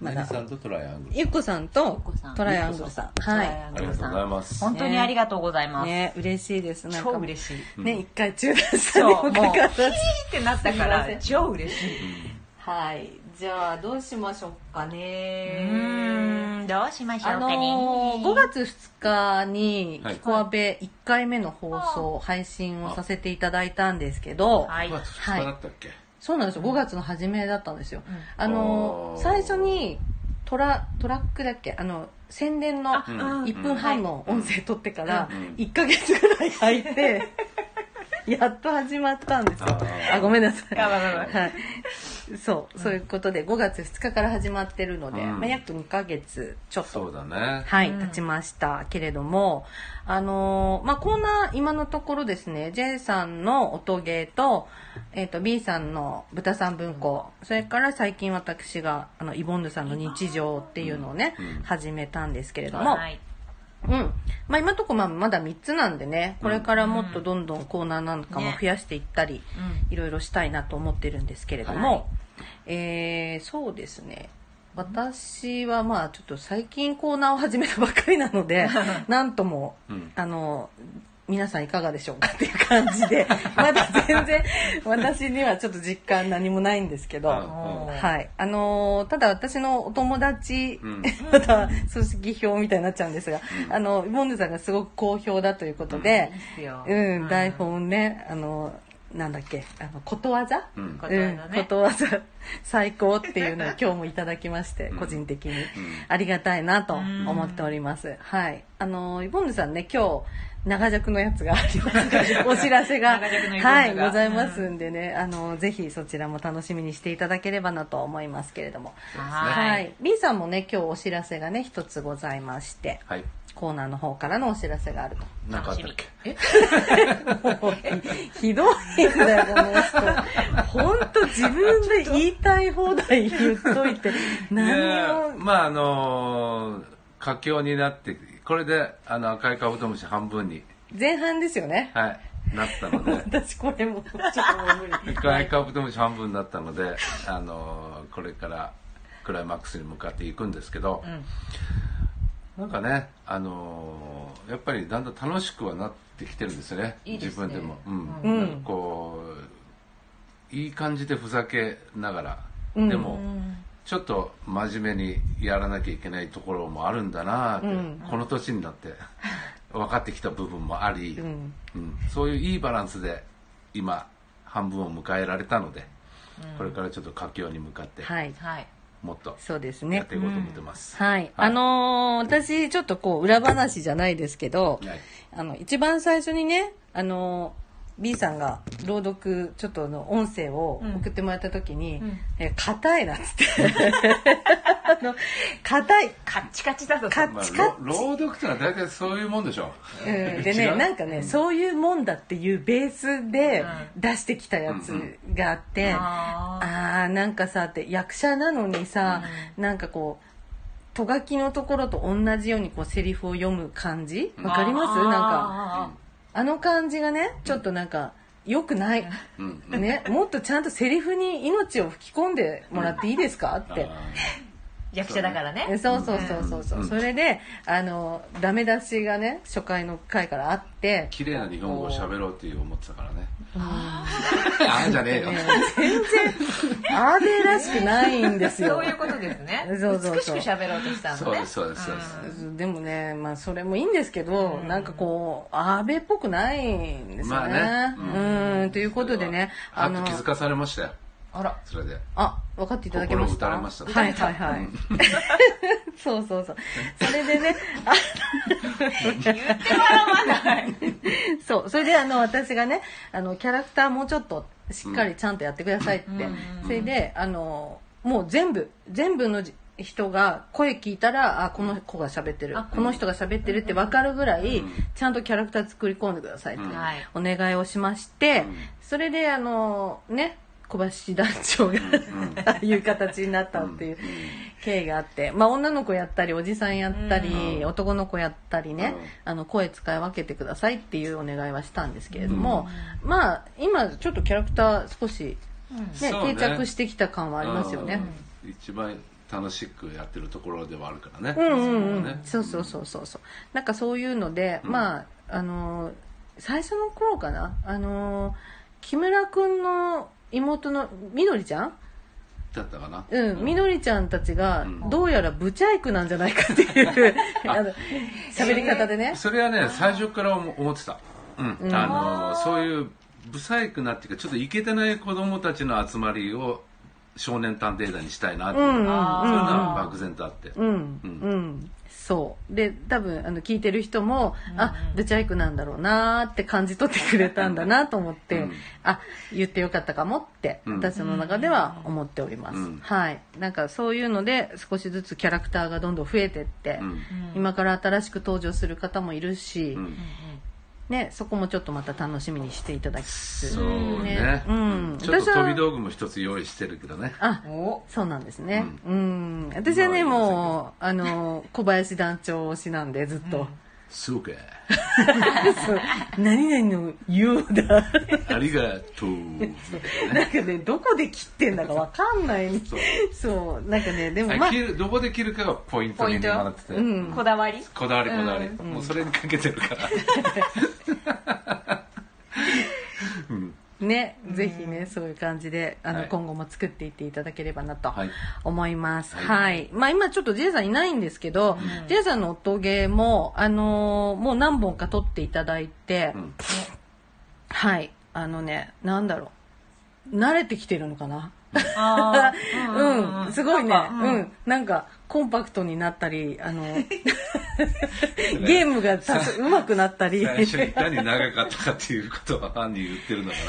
[SPEAKER 1] まだ、
[SPEAKER 3] 何さんとトライアングル
[SPEAKER 1] ゆっこさんと
[SPEAKER 2] こさん
[SPEAKER 1] トライアングルさん。
[SPEAKER 2] トラ
[SPEAKER 1] は
[SPEAKER 2] イア
[SPEAKER 1] い。
[SPEAKER 2] ン
[SPEAKER 3] あ
[SPEAKER 2] グ
[SPEAKER 3] りが
[SPEAKER 2] ル
[SPEAKER 3] とう
[SPEAKER 2] さ
[SPEAKER 3] ござい
[SPEAKER 2] ん。
[SPEAKER 3] ます
[SPEAKER 2] 本当にありがとうございます。
[SPEAKER 1] ね、嬉しいです。なんか
[SPEAKER 2] 超嬉しい。
[SPEAKER 1] ね、一回中断し
[SPEAKER 2] そ
[SPEAKER 1] た
[SPEAKER 2] う、
[SPEAKER 1] に
[SPEAKER 2] も
[SPEAKER 1] も
[SPEAKER 2] う、
[SPEAKER 1] か
[SPEAKER 2] キ
[SPEAKER 1] か
[SPEAKER 2] ー
[SPEAKER 1] わ
[SPEAKER 2] っ
[SPEAKER 1] らず
[SPEAKER 2] てなったか
[SPEAKER 1] すい
[SPEAKER 2] ら
[SPEAKER 1] ま、
[SPEAKER 2] 超嬉しい。
[SPEAKER 1] はい。じゃあ、どうしましょうか
[SPEAKER 2] う
[SPEAKER 1] ね。
[SPEAKER 2] ーん、どうしましょう
[SPEAKER 1] あ
[SPEAKER 2] かね。
[SPEAKER 1] のー、5月2日に、
[SPEAKER 3] はい
[SPEAKER 1] キコアベ1回目の放送、配信をさせていただいたんですけど、
[SPEAKER 2] はい。
[SPEAKER 3] 5月2日だったっけ、
[SPEAKER 1] そうなんですよ、5月の初めだったんですよ。
[SPEAKER 2] ん
[SPEAKER 1] あの
[SPEAKER 3] あ
[SPEAKER 1] ー、
[SPEAKER 3] ー
[SPEAKER 1] 最初に、トラ、トラックだっけあの、宣伝の
[SPEAKER 2] あうん
[SPEAKER 1] 1分半の音声撮ってから
[SPEAKER 3] うん、
[SPEAKER 1] 1ヶ月ぐらい空い て、やっと始まったんですよ。
[SPEAKER 3] ー
[SPEAKER 1] あ、ごめんなさい。
[SPEAKER 2] 頑張ろう頑張ろ
[SPEAKER 1] はい、そう、そういうことで5月2日から始まってるので、
[SPEAKER 3] うん
[SPEAKER 1] まあ、約2ヶ月ちょっ
[SPEAKER 3] そ
[SPEAKER 1] と、
[SPEAKER 3] うだね
[SPEAKER 1] はい、
[SPEAKER 2] うん
[SPEAKER 1] 経ちましたけれども、あのーまあ、コーナー今のところですね、J さんの音芸と、えっ、と、B さんの豚さん文庫、それから最近私が、あの、イボンヌさんの日常っていうのをね、
[SPEAKER 3] うん
[SPEAKER 1] 始めたんですけれど
[SPEAKER 2] う
[SPEAKER 1] も、
[SPEAKER 2] んはい。
[SPEAKER 1] うん。まあ今のとこまあまだ3つなんでね、これからもっとどんどんコーナーなんかも
[SPEAKER 2] ね
[SPEAKER 1] 増やしていったり、
[SPEAKER 2] うん
[SPEAKER 1] いろいろしたいなと思ってるんですけれども、えー、そうですね。私はまあちょっと最近コーナーを始めたばっかりな ので、なんとも、
[SPEAKER 3] うん
[SPEAKER 1] あの、皆さんいかがでしょうかっていう感 じで、まだ全然私にはちょっと実感何もないんですけど、
[SPEAKER 3] うん
[SPEAKER 2] うん
[SPEAKER 1] はい。あのーただ私のお友達、
[SPEAKER 3] うん
[SPEAKER 1] また組織票みたいになっちゃうんですが、あの、モンヌさんがすごく好評だということで
[SPEAKER 2] いいっ、すよ。
[SPEAKER 1] うん、台本ね、あのなんだっけ、あの、ことわざ、
[SPEAKER 3] う
[SPEAKER 1] うん
[SPEAKER 3] ん
[SPEAKER 2] ことわざね
[SPEAKER 1] ことわざ 最高っていうのを 今日もいただきまして、個人的にありがたいなと思っております。はい。あの、イボンヌさんね、今日、長尺のやつがあり ます。お知らせが、
[SPEAKER 2] 長尺のイボンヌが
[SPEAKER 1] はい、ございますんでね、あの、ぜひそちらも楽しみにしていただければなと思いますけれども。
[SPEAKER 2] は。
[SPEAKER 1] はいい。B さんもね、今日お知らせがね、一つございまして、
[SPEAKER 3] はい
[SPEAKER 1] コーナーの方からのお知らせがあると。
[SPEAKER 3] なんかあったっけ
[SPEAKER 1] ひどいんだよ、この人。ほんと自分で言いたい放題言っといて、何
[SPEAKER 3] で
[SPEAKER 1] を。
[SPEAKER 3] まああのー佳境になってこれであの赤いカブトムシ半分に、
[SPEAKER 1] 前半ですよね。
[SPEAKER 3] はい、なったの で
[SPEAKER 1] 私これもうちょっともう無理。
[SPEAKER 3] 赤いカブトムシ半分になったので、あのーこれからクライマックスに向かっていくんですけど、なんかね、あのーやっぱりだんだん楽しくはなってきてるんですよね
[SPEAKER 2] いいで
[SPEAKER 3] 自
[SPEAKER 2] すね
[SPEAKER 3] 分でも、うん
[SPEAKER 1] うん
[SPEAKER 3] なんかこういい感じでふざけながら、でもちょっと真面目にやらなきゃいけないところもあるんだなって、この年になって 分かってきた部分もあり、うんそういういいバランスで今半分を迎えられたので、これからちょっと佳境に向かって
[SPEAKER 1] はい。
[SPEAKER 2] はい
[SPEAKER 3] もっと
[SPEAKER 1] そうです
[SPEAKER 3] やっ
[SPEAKER 1] ね
[SPEAKER 3] て。いこうと思ってます、
[SPEAKER 1] はい。あのー私、ちょっとこう、裏話じゃないですけど、
[SPEAKER 3] はい
[SPEAKER 1] あの、一番最初にね、あのー B さんが朗読、ちょっとあの音声を送ってもらった時に、
[SPEAKER 2] うん
[SPEAKER 1] え、硬いなっつって。 あの、硬い。
[SPEAKER 2] カッチカチだぞ
[SPEAKER 1] カッ
[SPEAKER 3] まあ
[SPEAKER 1] チカッ、
[SPEAKER 3] ろ朗読ってのは大体そういうもんでしょ
[SPEAKER 1] うん、で
[SPEAKER 3] 違
[SPEAKER 1] ね
[SPEAKER 3] う
[SPEAKER 1] なんかね、そういうもんだっていうベースで
[SPEAKER 2] う
[SPEAKER 1] 出してきたやつがあって、
[SPEAKER 2] あー
[SPEAKER 1] ああなんかさって役者なのにさ、なんかこうとがきのところと同じようにこうセリフを読む感じわかりますなんか
[SPEAKER 2] か
[SPEAKER 1] あの感じがねちょっとなんか良くない、
[SPEAKER 3] うんう ん
[SPEAKER 1] ね、もっとちゃんとセリフに命を吹き込んでもらっていいですかって
[SPEAKER 3] あ
[SPEAKER 2] 役者だからね
[SPEAKER 1] えそうそうそうそうそう、それであのダメ出しがね初回の回からあって
[SPEAKER 3] ー綺麗な日本語を喋ろうっていう思ってたからね ああんじゃねえよ
[SPEAKER 1] ね全然アーデーらしくないんですよ
[SPEAKER 2] そういうことですね
[SPEAKER 1] そうそうそう
[SPEAKER 2] 美しく喋ろうとした
[SPEAKER 3] そ
[SPEAKER 2] の
[SPEAKER 3] う
[SPEAKER 2] ね
[SPEAKER 3] ですそうですそうです、
[SPEAKER 1] でもねまあそれもいいんですけど、なんかこう安倍っぽくないんですよね,、
[SPEAKER 3] まあね
[SPEAKER 1] うんということでね
[SPEAKER 3] あ
[SPEAKER 1] あ
[SPEAKER 3] と
[SPEAKER 1] の
[SPEAKER 3] 気づかされましたよ
[SPEAKER 2] あら
[SPEAKER 3] それで
[SPEAKER 1] あ分かっていただけました
[SPEAKER 3] 心打たれました
[SPEAKER 1] はいはいはい、 そうそうそうそれでねあ
[SPEAKER 2] 言って笑わない
[SPEAKER 1] そう。それで、あの、私がね、あの、キャラクターもうちょっとしっかりちゃんとやってくださいって。それで、あの、もう全部、全部のじ人が声聞いたら、あ、この子が喋ってる、この人が喋ってるって分かるぐらい、ちゃんとキャラクター作り込んでくださいって、
[SPEAKER 2] はい
[SPEAKER 1] お願いをしまして、それで、あの、ね、小橋団長が、あ あいう形になったっていう経緯があって、まあ女の子やったり、おじさんやったり、男の子やったりね、あの声使い分けてくださいっていうお願いはしたんですけれども、まあ今ちょっとキャラクター少し、ね
[SPEAKER 3] そうね
[SPEAKER 1] 定着してきた感はありますよね。
[SPEAKER 3] うん一番楽しくやってるところではあるからね
[SPEAKER 1] うんうんうん
[SPEAKER 3] ね
[SPEAKER 1] そうそうそうそうそうなんかそういうので、まああのー最初の頃かなあのー木村くんの妹のみどりちゃん
[SPEAKER 3] だったかな
[SPEAKER 1] うん、みどりちゃんたちが、どうやらブチャイクなんじゃないかっていう、 あの、喋り方でね。
[SPEAKER 3] それはね最初から思思ってたうん、あのそういう不細工なっていうかちょっといけてない子供たちの集まりを少年探偵団にしたいなっていう、そういうのは漠然とあって、
[SPEAKER 1] うん、うん、そう。で、多分、あの、聞いてる人も、あ、ブチャイクなんだろうなーって感じ取ってくれたんだなと思って、あ、言ってよかったかもって、
[SPEAKER 3] ん
[SPEAKER 1] 私の中では思っております。
[SPEAKER 3] うん
[SPEAKER 1] はい。なんか、そういうので、少しずつキャラクターがどんどん増えてって、
[SPEAKER 3] うん
[SPEAKER 1] 今から新しく登場する方もいるし、
[SPEAKER 3] うん
[SPEAKER 1] ね、そこもちょっとまた楽しみにしていただきつつ。
[SPEAKER 3] そうね、
[SPEAKER 1] うん
[SPEAKER 3] ちょっ
[SPEAKER 1] 私
[SPEAKER 3] と
[SPEAKER 1] は
[SPEAKER 3] 飛び道具も一つ用意してるけどね
[SPEAKER 1] あ、
[SPEAKER 2] お
[SPEAKER 1] そうなんですね。うん。私はね、
[SPEAKER 3] まあ
[SPEAKER 1] もう、あの、小林団長推しなんで、ずっと。
[SPEAKER 3] すごく
[SPEAKER 1] そう 何々の言うだ。
[SPEAKER 3] ありが とう
[SPEAKER 1] なんかね、どこで切ってんだかわかんない。そう。なんかね、でもま
[SPEAKER 3] あ
[SPEAKER 1] あ、
[SPEAKER 3] 切るどこで切るかがポイントになってて、
[SPEAKER 2] こだわり
[SPEAKER 3] こだわりこだわり、もうそれにかけてるから、
[SPEAKER 1] ね、ぜひね、そういう感じで、あの、
[SPEAKER 3] はい
[SPEAKER 1] 今後も作っていっていただければなと
[SPEAKER 3] はい
[SPEAKER 1] 思います。はい。
[SPEAKER 3] は
[SPEAKER 1] まあ今ちょっと J さんいないんですけど、J さんの音ゲーも、あのーもう何本か撮っていただいて、
[SPEAKER 3] ん
[SPEAKER 1] はい。あのね、なんだろう。慣れてきてるのかな
[SPEAKER 2] あ
[SPEAKER 1] うん、すごいね。うん。なんか、コンパクトになったり、あ の、ゲームが多少うまくなったり、
[SPEAKER 3] 最初にいかに長かったかっていうことは犯人言ってるのか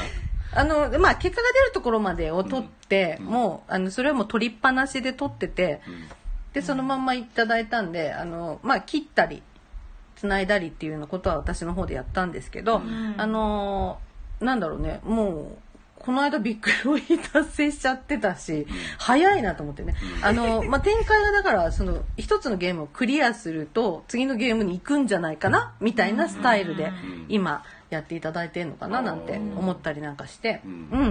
[SPEAKER 1] あの、まあ、結果が出るところまでを取って、もう、あの、それはもう取りっぱなしで取ってて、で、そのまんまいただいたんで、あの、まあ、切ったり、繋いだりっていうようなことは私の方でやったんですけど、あのー、なんだろうね、もう、この間ビッグロイ達成しちゃってたし、早いなと思ってね。あのー、まあ、展開がだから、その、一つのゲームをクリアすると、次のゲームに行くんじゃないかな、みたいなスタイルで、今、やっていただいてんのかななんて
[SPEAKER 3] うん
[SPEAKER 1] 思ったりなんかして、
[SPEAKER 3] う
[SPEAKER 1] うんん、うんう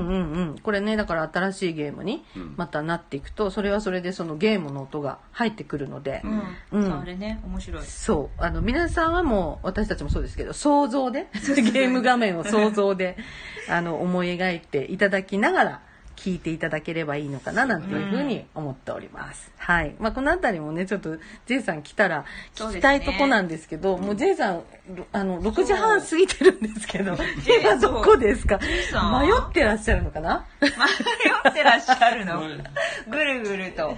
[SPEAKER 1] んこれねだから新しいゲームに
[SPEAKER 3] うん
[SPEAKER 1] またなっていくとそれはそれでそのゲームの音が入ってくるので、
[SPEAKER 2] うん、
[SPEAKER 1] うん
[SPEAKER 2] そうあれね面白い
[SPEAKER 1] そうあの皆さんはもう私たちもそうですけど想像でゲーム画面を想像であの思い描いていただきながら聞いていただければいいのかななんていうふうに思っております、はい、まあ、この辺りもねちょっと J さん来たら
[SPEAKER 2] そう
[SPEAKER 1] 聞
[SPEAKER 2] で
[SPEAKER 1] き
[SPEAKER 2] す
[SPEAKER 1] た
[SPEAKER 2] ね
[SPEAKER 1] いとこなんですけどもう J さんろあの6時半過ぎてるんですけど
[SPEAKER 2] J
[SPEAKER 1] 今どこですか
[SPEAKER 2] さん
[SPEAKER 1] 迷ってらっしゃるのかな
[SPEAKER 2] 迷ってらっしゃるのぐるぐると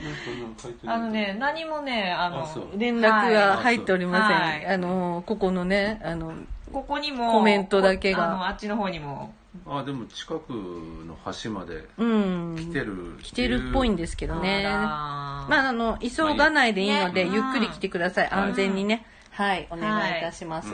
[SPEAKER 2] あのね何もねあの
[SPEAKER 3] あそう
[SPEAKER 1] 連絡が入っておりません、
[SPEAKER 2] はい
[SPEAKER 1] あのここのねあの
[SPEAKER 2] ここにも
[SPEAKER 1] コメントだけが
[SPEAKER 2] あのあっちの方にも
[SPEAKER 3] あでも近くの橋まで
[SPEAKER 1] うん
[SPEAKER 3] 来てる来
[SPEAKER 1] 来てるっぽいんですけどね
[SPEAKER 2] あら
[SPEAKER 1] まあ、あの、急がないでいいので、
[SPEAKER 2] ね
[SPEAKER 1] ゆっくり来てください。
[SPEAKER 3] ん
[SPEAKER 1] 安全にね。はい、お願いいたします。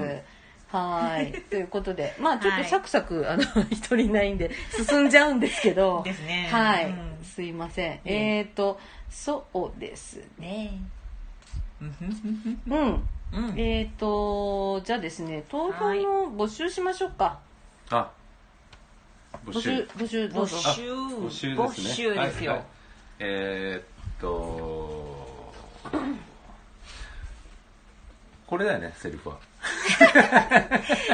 [SPEAKER 3] は
[SPEAKER 1] はいい。ということで、まあ、ちょっ
[SPEAKER 2] は
[SPEAKER 1] と
[SPEAKER 2] い
[SPEAKER 1] サクサク、あの、 一人いないんで、進んじゃうんですけど。
[SPEAKER 2] ですね
[SPEAKER 1] はい、
[SPEAKER 2] うん
[SPEAKER 1] すいません。えっ、ー、と、そうですね。
[SPEAKER 2] ね
[SPEAKER 1] うん。
[SPEAKER 2] えうん
[SPEAKER 1] えっ、ー、と、じゃあですね、投票の募集しましょうか。
[SPEAKER 3] あ募
[SPEAKER 1] 募集
[SPEAKER 3] 集、
[SPEAKER 1] 募集、ど
[SPEAKER 2] 募
[SPEAKER 1] うぞ。
[SPEAKER 2] 集
[SPEAKER 3] 募集
[SPEAKER 2] 募
[SPEAKER 3] ですね
[SPEAKER 2] 集ですよ、
[SPEAKER 3] はいはいえー、っとこれだよねセリフは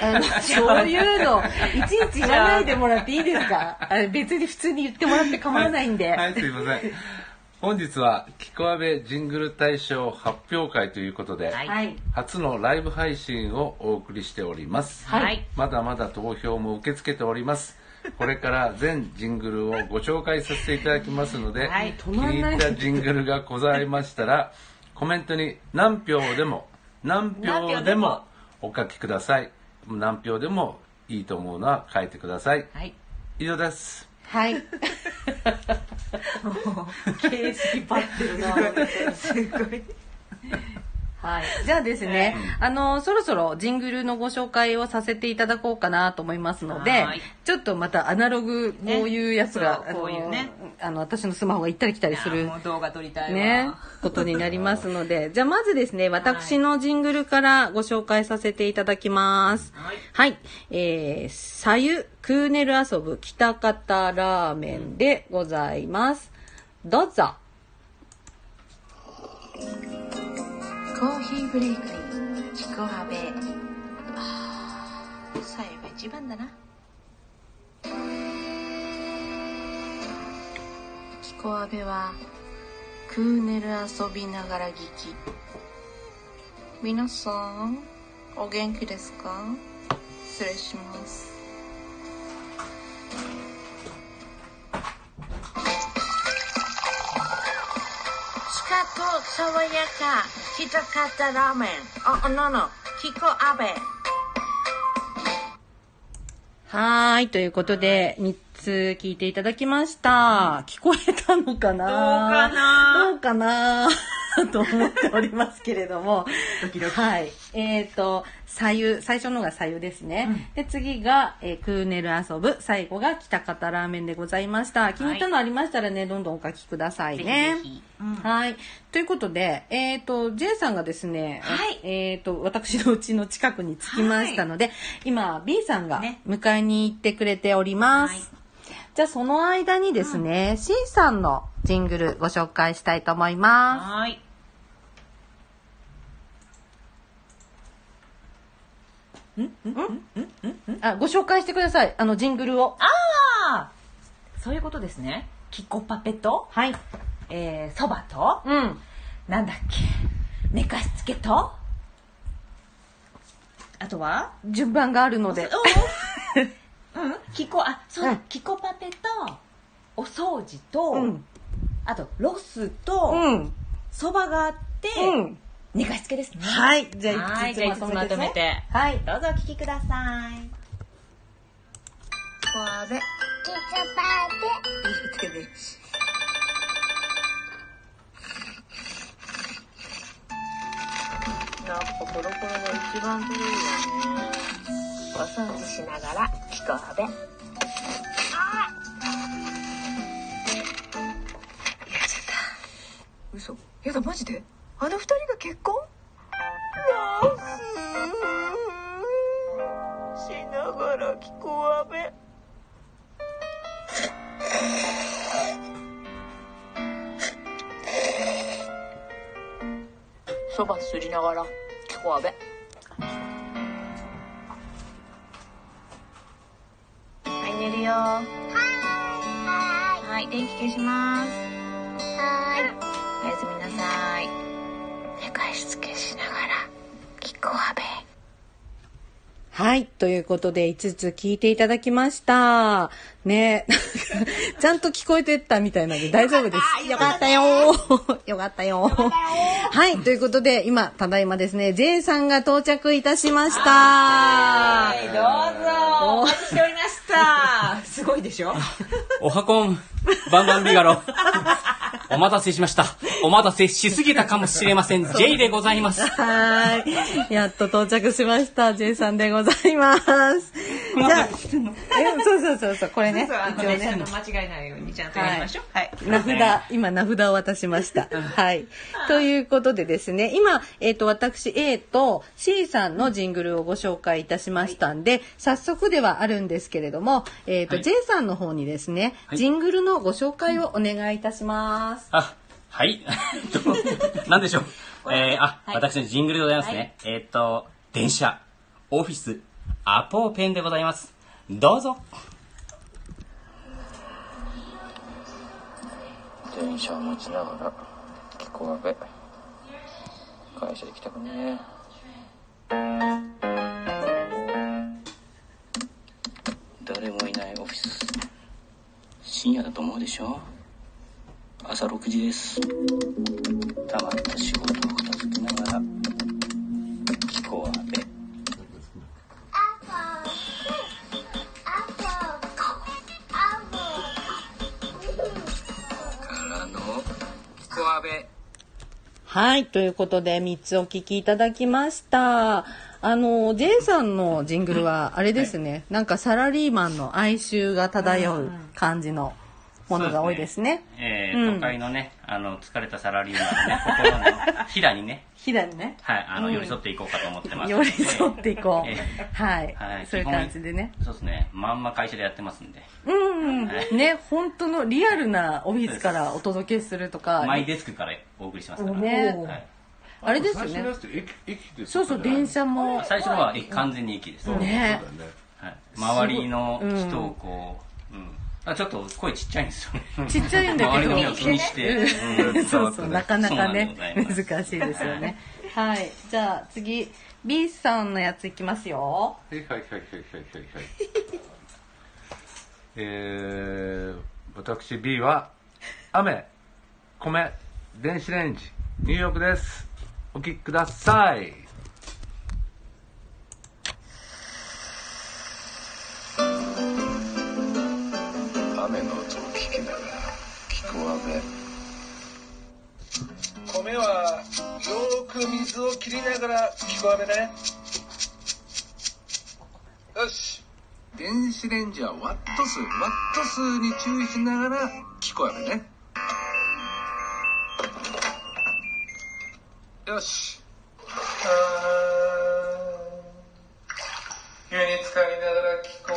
[SPEAKER 1] あの、そういうの、いちいち言わないでもらっていいですかあれ別に普通に言ってもらって構わないんで。
[SPEAKER 3] はい、すいま せん。本日は、キコアベジングル大賞発表会ということで、
[SPEAKER 2] はい
[SPEAKER 1] はい。
[SPEAKER 3] 初のライブ配信をお送りしております。
[SPEAKER 1] はい
[SPEAKER 3] まだまだ投票も受け付けております。これから全ジングルをご紹介させていただきますので、
[SPEAKER 2] はい
[SPEAKER 3] 気に入ったジングルがございましたら、コメントに何票でも、何
[SPEAKER 2] 何
[SPEAKER 3] 票
[SPEAKER 2] 票
[SPEAKER 3] で
[SPEAKER 2] で
[SPEAKER 3] も
[SPEAKER 2] も
[SPEAKER 3] お書きください。何票でもいいと思うのは書いてください。
[SPEAKER 2] はい
[SPEAKER 3] 以上です。
[SPEAKER 1] はい。 形式ばってるな。
[SPEAKER 2] すごい
[SPEAKER 1] はい。じゃあですね、あの、そろそろジングルのご紹介をさせていただこうかなと思いますので
[SPEAKER 2] はい、
[SPEAKER 1] ちょっとまたアナログ、こう
[SPEAKER 2] ね
[SPEAKER 1] いうやつが、
[SPEAKER 2] そうこういうね
[SPEAKER 1] あの、あの私のスマホが行ったり来たりす
[SPEAKER 2] い
[SPEAKER 1] る
[SPEAKER 2] やもう動画撮りたいわ
[SPEAKER 1] ね、ことになりますので、じゃあまずですね、私のジングルからご紹介させていただきます。
[SPEAKER 2] はい
[SPEAKER 1] はい。えー、さゆクーネル遊ぶ北方ラーメンでございます。どうぞ。
[SPEAKER 4] コーヒーブレイクにチコハベあーさえは一番だなチコハベはクーネル遊びながら聞き皆さんお元気ですか失礼します
[SPEAKER 5] スカと爽やか、ひとかたラーメン、お、おのの、きこあべ。
[SPEAKER 1] はーい。ということで、3つ聞いていただきました。聞こえたのかなどうかな どうかなと思っておりますけれども。はい。えっ、と、左右、最初のが左右ですね。で、次が、えークーネル遊ぶ。最後が北方ラーメンでございました。気に入ったのありましたらね、どんどんお書きくださいね。
[SPEAKER 2] ぜひぜひうん
[SPEAKER 1] はい。ということで、えっ、と、J さんがですね、
[SPEAKER 2] はい
[SPEAKER 1] えっ、と、私のうちの近くに着きましたので、今、B さんが
[SPEAKER 2] ね
[SPEAKER 1] 迎えに行ってくれております。
[SPEAKER 2] はい
[SPEAKER 1] じゃあ、その間にですね、C さんのジングルご紹介したいと思いま
[SPEAKER 2] はい
[SPEAKER 1] す。あ、ご紹介してください。あの、ジングルを。
[SPEAKER 2] あーそういうことですねキコパペと
[SPEAKER 1] はい。
[SPEAKER 2] えーそばと
[SPEAKER 1] うん。
[SPEAKER 2] なんだっけ寝かしつけとあとは
[SPEAKER 1] 順番があるので。
[SPEAKER 2] うんうんキコあそう
[SPEAKER 1] う
[SPEAKER 2] だ
[SPEAKER 1] ん
[SPEAKER 2] キコパペとお掃除と、
[SPEAKER 1] うん。
[SPEAKER 2] あとロスと
[SPEAKER 1] うん。
[SPEAKER 2] そば、があって、
[SPEAKER 1] うん。
[SPEAKER 2] 寝かしつけですね
[SPEAKER 1] はい。じゃあ、
[SPEAKER 2] はい
[SPEAKER 1] 5
[SPEAKER 2] じゃあ
[SPEAKER 1] つまとめてですね。
[SPEAKER 2] 五つ
[SPEAKER 1] はい。
[SPEAKER 2] どうぞお聞きください
[SPEAKER 4] チコハベ
[SPEAKER 6] キスパーで
[SPEAKER 4] 気をつけてやっぱコロコロが一番古いよね
[SPEAKER 6] お掃除しながらキコハベ
[SPEAKER 4] 嘘やだマジであの二人が結婚
[SPEAKER 6] しなが
[SPEAKER 5] から聞こあべ。
[SPEAKER 4] そばすりながら聞こあべはい寝るよ
[SPEAKER 6] は
[SPEAKER 4] はい電気消します
[SPEAKER 6] ーい。はーい。
[SPEAKER 4] おやすみなさい寝かしつけしながら聞こあべ
[SPEAKER 1] はい。ということで、5つ聞いていただきました。ね ちゃんと聞こえてったみたいなんで大丈夫です。よかったよーよかったよーはい。ということで、今、ただいまですね、ジェイさんが到着いたしました。
[SPEAKER 2] はい、どうぞお待ちしておりましたすごいでしょ
[SPEAKER 7] おはこん、バンバンビガロ。お待たせしました。お待たせしすぎたかもしれません。J でございます。
[SPEAKER 1] はーい。やっと到着しました。ジェイさんでございます。じゃあ、えそうそうそうそう、これね
[SPEAKER 2] そう、あの。
[SPEAKER 1] 一応
[SPEAKER 2] ねちゃ
[SPEAKER 1] ね
[SPEAKER 2] ん。と間違えないようにちゃんとやりましょうはい、
[SPEAKER 1] 名札、今名札を渡しました。はい。ということでですね、今、えっ、と、私 A と C さんのジングルをご紹介いたしましたんで、早速ではあるんですけれども、えっ、と、
[SPEAKER 7] はい
[SPEAKER 1] J さんの方にですね、
[SPEAKER 7] はい
[SPEAKER 1] ジングルのご紹介をお願いいたします。
[SPEAKER 7] あ、はい。 えっとなんでしょう。えー、あ、私のジングルでございますね。えーっと、電車、オフィス、アポーペンでございます。どうぞ。
[SPEAKER 8] 電車を待ちながら聞こえべ会社行きたくねえ誰もいないオフィス深夜だと思うでしょ朝6時ですたまった仕事を片付けながら聞こえべ
[SPEAKER 6] アポアポア
[SPEAKER 8] からの聞こえべ
[SPEAKER 1] はい。ということで、3つお聞きいただきました。あの、J さんのジングルは、あれですね、なんかサラリーマンの哀愁が漂う感じのものが多いですね。
[SPEAKER 7] え
[SPEAKER 1] う
[SPEAKER 7] ー、
[SPEAKER 1] ん
[SPEAKER 7] 都会のね、あの、疲れたサラリーマンのね、心のひだにね、
[SPEAKER 1] ひだにね。
[SPEAKER 7] はい、あの、寄り添っていこうかと思ってます。
[SPEAKER 1] 寄り添っていこう
[SPEAKER 7] え。
[SPEAKER 1] はい
[SPEAKER 7] はい。
[SPEAKER 1] そういう感じでね。
[SPEAKER 7] そうですね。まんま会社でやってますんで。
[SPEAKER 1] うんうん
[SPEAKER 7] は。
[SPEAKER 1] ね、本当のリアルなオフィスからお届けするとか。
[SPEAKER 7] マイデスクからお送りしますから。
[SPEAKER 1] ね。
[SPEAKER 7] はい、
[SPEAKER 1] あれですよ
[SPEAKER 9] 最初の
[SPEAKER 1] ね
[SPEAKER 9] や。つって駅駅です
[SPEAKER 1] そうそう、電車も。
[SPEAKER 7] 最初のはえ完全に駅です、
[SPEAKER 1] ね。
[SPEAKER 7] はい、周りの人をこう、うんあちょっと声ちっちゃいんですよね
[SPEAKER 1] ちっちゃいんだけど
[SPEAKER 7] 周りの目を気にして、
[SPEAKER 1] うんそうそう、なかなかね、難しい
[SPEAKER 7] い
[SPEAKER 1] ですよね。はい。じゃあ次、B さんのやついきますよ。
[SPEAKER 9] はいはいはいはいはいはいはい
[SPEAKER 3] えー、私 B は雨米電子レンジ入浴ですお聞きください
[SPEAKER 8] 雨の音を聞きながら聞こえべ
[SPEAKER 10] 米はよーく水を切りながら聞こえるねよし電子レンジはワット数ワット数に注意しながら聞こえるねよしあー湯に浸かりながら聞こえ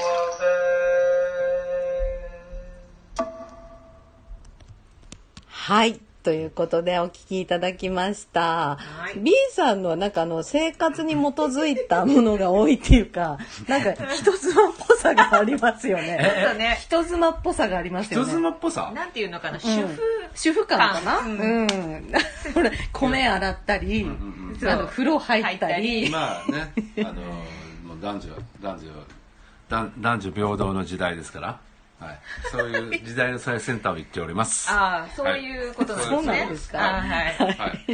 [SPEAKER 1] はい。ということでお聞きいただきました。
[SPEAKER 2] はい
[SPEAKER 1] B さんのはなんかあの生活に基づいたものが多いっていうか、なんか人妻っぽさがありますよ
[SPEAKER 2] ちょっと
[SPEAKER 1] ね。
[SPEAKER 2] ね
[SPEAKER 1] 人妻っぽさがありますよ
[SPEAKER 9] 人
[SPEAKER 1] ね。
[SPEAKER 9] 妻っぽさ
[SPEAKER 2] なんていうのかな主婦、
[SPEAKER 1] 主婦感かなう
[SPEAKER 2] うんん。
[SPEAKER 1] ほら、米洗ったり、あの風呂入ったり。
[SPEAKER 3] まあ ねあのもう男女男女男男女平等の時代ですから、はい、そういう時代の最先端を言っており ますは
[SPEAKER 2] ああそういうことなんですね、
[SPEAKER 1] そうなんですか
[SPEAKER 2] あーはい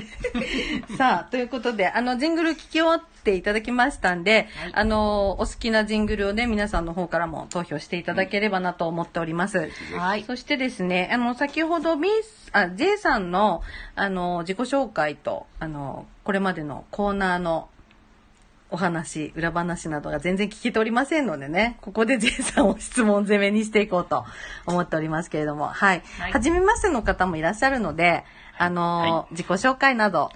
[SPEAKER 3] い
[SPEAKER 1] さあ、ということで、あの、ジングル聞き終わっていただきましたんで、あの、お好きなジングルをね、皆さんの方からも投票していただければなと思っております。はい。そしてですね、あの、先ほど B、あ、J さんの、あの、自己紹介と、あの、これまでのコーナーのお話、裏話などが全然聞けておりませんのでね、ここで J さんを 質問攻めにしていこうと思っておりますけれども、はい。
[SPEAKER 2] はい
[SPEAKER 1] はじめましての方もいらっしゃるので、あの、自己紹介など、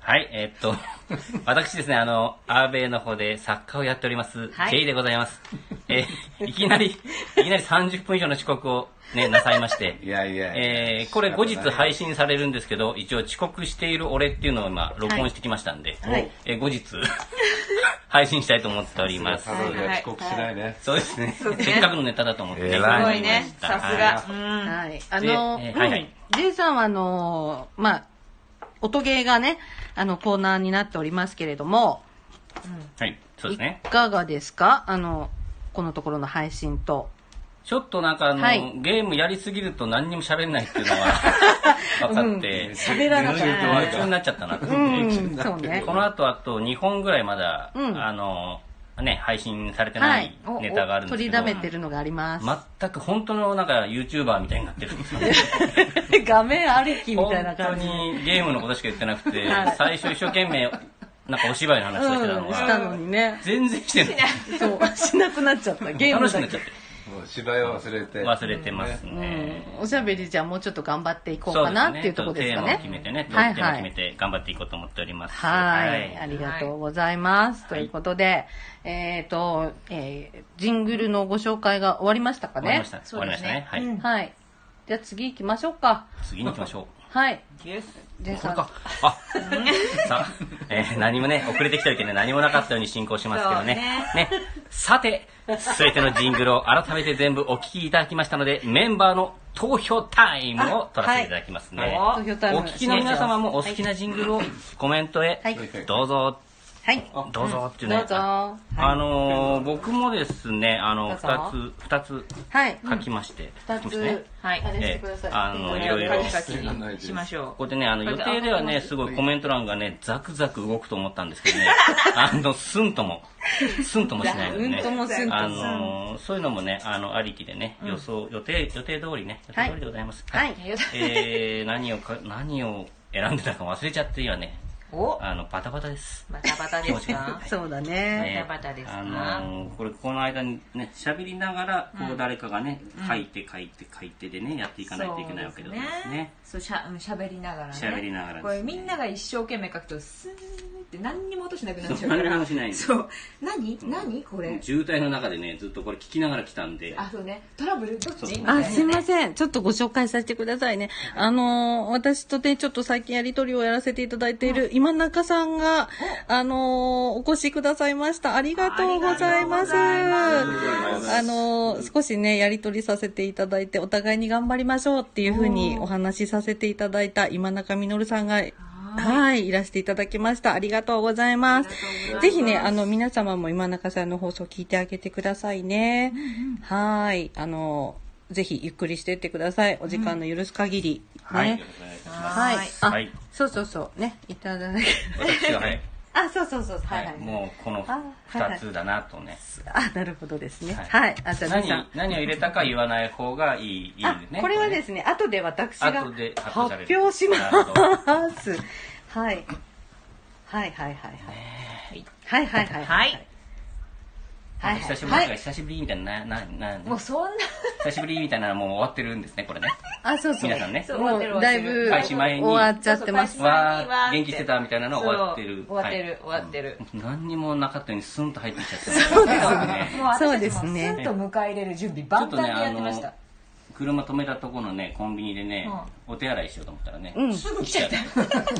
[SPEAKER 7] はい、えーっと、私ですね、あの、アーベイの方で作家をやっております、
[SPEAKER 2] はい
[SPEAKER 7] J でございます。えーいきなり、いきなり30分以上の遅刻をね、なさいまして。
[SPEAKER 3] いやいやいや
[SPEAKER 7] えーこれ後日配信されるんですけど、一応遅刻している俺っていうのを今、録音してきましたんで、
[SPEAKER 3] はい
[SPEAKER 7] えー後日、配信したいと思っております。
[SPEAKER 3] さすが家族は遅刻しないねはい
[SPEAKER 7] そうですね
[SPEAKER 3] そう。ですね
[SPEAKER 7] せっかくのネタだと思って。
[SPEAKER 3] 偉い
[SPEAKER 1] すごいね
[SPEAKER 7] はい
[SPEAKER 1] さすがはい。あの、
[SPEAKER 7] でえーはいはい
[SPEAKER 1] うん J さんはあのーまあ、音ゲーがね、あの、コーナーになっておりますけれども、
[SPEAKER 7] はい、そうですね。
[SPEAKER 1] いかがですかあの、このところの配信と。
[SPEAKER 7] ちょっとなんかあの、
[SPEAKER 1] はい
[SPEAKER 7] ゲームやりすぎると何にも喋れないって いうのは分かって、
[SPEAKER 1] 喋らなかった
[SPEAKER 7] 夢中になっちゃったなと思って、
[SPEAKER 1] うんそうね
[SPEAKER 7] この後あと2本ぐらいまだ、
[SPEAKER 1] うん
[SPEAKER 7] あの、ね、配信されてない
[SPEAKER 1] お
[SPEAKER 7] ネタがあるんです
[SPEAKER 1] 取
[SPEAKER 7] け
[SPEAKER 1] り
[SPEAKER 7] ど、
[SPEAKER 1] だめてるのがあります。
[SPEAKER 7] 全く本当のなんか YouTuber みたいになってるん ですよ
[SPEAKER 1] 画面ありきみたいな
[SPEAKER 7] 本当
[SPEAKER 1] 感じ。
[SPEAKER 7] にゲームのことしか言ってなくて
[SPEAKER 1] はい、
[SPEAKER 7] 最初一生懸命、なんかお芝居の話をしてたの
[SPEAKER 1] うん、した
[SPEAKER 7] が、
[SPEAKER 1] のにね。
[SPEAKER 7] 全然してない。
[SPEAKER 1] そう、 しなくなっちゃった。ゲーム
[SPEAKER 7] 楽しく
[SPEAKER 1] だ
[SPEAKER 7] なっ
[SPEAKER 1] け
[SPEAKER 7] ちゃって。芝居を忘れて。忘れてますね。
[SPEAKER 1] おしゃべりじゃあもうちょっと頑張っていこうかなっていうところですかね。
[SPEAKER 7] そうですねちょっとテーマを決めてね、
[SPEAKER 1] はい
[SPEAKER 7] テーマを
[SPEAKER 1] は
[SPEAKER 7] 決め
[SPEAKER 1] い。
[SPEAKER 7] て頑張っていこうと思っております。
[SPEAKER 1] はい。ありがとうございます。ということで、えっと、えージングルのご紹介が終わりましたかね。
[SPEAKER 7] 終わりました終わりましたね
[SPEAKER 1] そうです
[SPEAKER 7] はい
[SPEAKER 1] はい。じゃあ次行きましょうか。
[SPEAKER 7] 次に行きましょう。
[SPEAKER 1] はい。ジェイ
[SPEAKER 7] こ
[SPEAKER 1] さ
[SPEAKER 7] れ
[SPEAKER 1] ん。
[SPEAKER 7] か。あ、 さあ、えー何もね、遅れてきた時ね、何もなかったように進行しますけどね。ね。さて、すべてのジングルを改めて全部お聞きいただきましたので、メンバーの投票タイムを取らせていただきますね。
[SPEAKER 1] はい投票タイム
[SPEAKER 7] お聞きの皆様もお好きなジングルをコメントへ、どうぞ、
[SPEAKER 1] はい。
[SPEAKER 7] どうぞっていう
[SPEAKER 1] ど
[SPEAKER 7] ね
[SPEAKER 1] う。ぞ。は
[SPEAKER 7] あのー僕もですね、あの、
[SPEAKER 1] どうぞ
[SPEAKER 7] 二つ、二つ
[SPEAKER 1] はい
[SPEAKER 7] 書きまして、
[SPEAKER 1] 二
[SPEAKER 7] 書きましたね
[SPEAKER 1] つ、はい。あれしてください。
[SPEAKER 7] あの、いろいろ。ここでね、あの、予定ではね、すごいコメント欄がね、ザクザク動くと思ったんですけどね、 あの、スンとも、スンともしないのでね、
[SPEAKER 1] うんともスンとも
[SPEAKER 7] あのー、そういうのもね、あの、ありきでね、予想、予定、予定通りね、予定通りでございます。
[SPEAKER 1] はい。
[SPEAKER 7] えー、何をか、何を選んでたか忘れちゃって、今ね、
[SPEAKER 2] お
[SPEAKER 7] あの、バタバタです。
[SPEAKER 2] バタバタですか
[SPEAKER 1] そうだ
[SPEAKER 7] ね
[SPEAKER 1] ね。
[SPEAKER 2] バタバタですか
[SPEAKER 7] あのーこれこの間にね喋りながらこ
[SPEAKER 2] う
[SPEAKER 7] うん誰かがね、
[SPEAKER 2] うん
[SPEAKER 7] 書いて書いて書いてでねやっていかないといけないわけでございますね
[SPEAKER 2] そうしゃうん喋りながらね
[SPEAKER 7] 喋りながらです
[SPEAKER 2] こ
[SPEAKER 7] ね
[SPEAKER 2] れみんなが一生懸命書くとスーって何にも音しなくなっちゃ
[SPEAKER 7] そうう
[SPEAKER 2] か
[SPEAKER 7] 何も
[SPEAKER 2] ら
[SPEAKER 7] 話しないんです
[SPEAKER 2] そう何何これ
[SPEAKER 7] 渋滞の中でねずっとこれ聞きながら来たんで
[SPEAKER 2] あそうねトラブルどっちみたい
[SPEAKER 1] あ、
[SPEAKER 2] な
[SPEAKER 1] すいません。ちょっとご紹介させてくださいね。あのー私とね、ちょっと最近やりとりをやらせていただいている今中さんが、あのーお越しくださいました。ありがとうございます。あのー少しね、やりとりさせていただいて、お互いに頑張りましょうっていうふうにお話しさせていただいた今中みのるさんが、はい、いらしていただきました。ありがとうございます。ぜひね、あの、皆様も今中さんの放送聞いてあげてくださいね。はーい。あの、ぜひゆっくりしていってください。お時間の許す限り。
[SPEAKER 7] はいよ
[SPEAKER 1] ね
[SPEAKER 7] ろし。くお願いいたし
[SPEAKER 1] はい
[SPEAKER 7] ます
[SPEAKER 1] あ
[SPEAKER 7] はい
[SPEAKER 1] そうそうそう。ね。いただ け。
[SPEAKER 7] 私ははい
[SPEAKER 1] あ、そうそうそう。はいはい。
[SPEAKER 7] もうこの2つだなとね
[SPEAKER 1] あ、なるほどですね。はい。あ、じゃあ、皆
[SPEAKER 7] 何
[SPEAKER 1] さん。
[SPEAKER 7] 何を入れたか言わない方がいいいいね
[SPEAKER 1] これはですね、後で私が
[SPEAKER 7] 後で発表
[SPEAKER 1] 発
[SPEAKER 7] される
[SPEAKER 1] 表し
[SPEAKER 7] なるほど
[SPEAKER 1] ます。はい。はいはいはいはい。はいはいはいはい。はい
[SPEAKER 7] 久しぶり、
[SPEAKER 1] はい。
[SPEAKER 7] 久しぶりみたいなななな
[SPEAKER 2] もうそんな
[SPEAKER 7] 久しぶりみたいなのはもう終わってるんですね これね
[SPEAKER 1] あ、そうそう。
[SPEAKER 7] 皆さんね
[SPEAKER 1] もうだいぶ
[SPEAKER 7] 開始
[SPEAKER 1] 終
[SPEAKER 7] 前に
[SPEAKER 1] わっちゃってます。
[SPEAKER 7] わー元気してたみたいなのは終わってる
[SPEAKER 2] そう終わってる終わってる
[SPEAKER 7] はい何にもなかったようにスンと入ってきちゃったね
[SPEAKER 2] もう私
[SPEAKER 1] そう
[SPEAKER 2] た
[SPEAKER 1] で
[SPEAKER 2] ち
[SPEAKER 1] す
[SPEAKER 2] も
[SPEAKER 1] ね
[SPEAKER 2] スンと迎え入れる準備万端にやってまし
[SPEAKER 7] ちょ
[SPEAKER 2] た
[SPEAKER 7] っ車止めたとこのねコンビニでね、お手洗いしようと思ったらね、
[SPEAKER 1] うん
[SPEAKER 2] すぐ来ちゃっ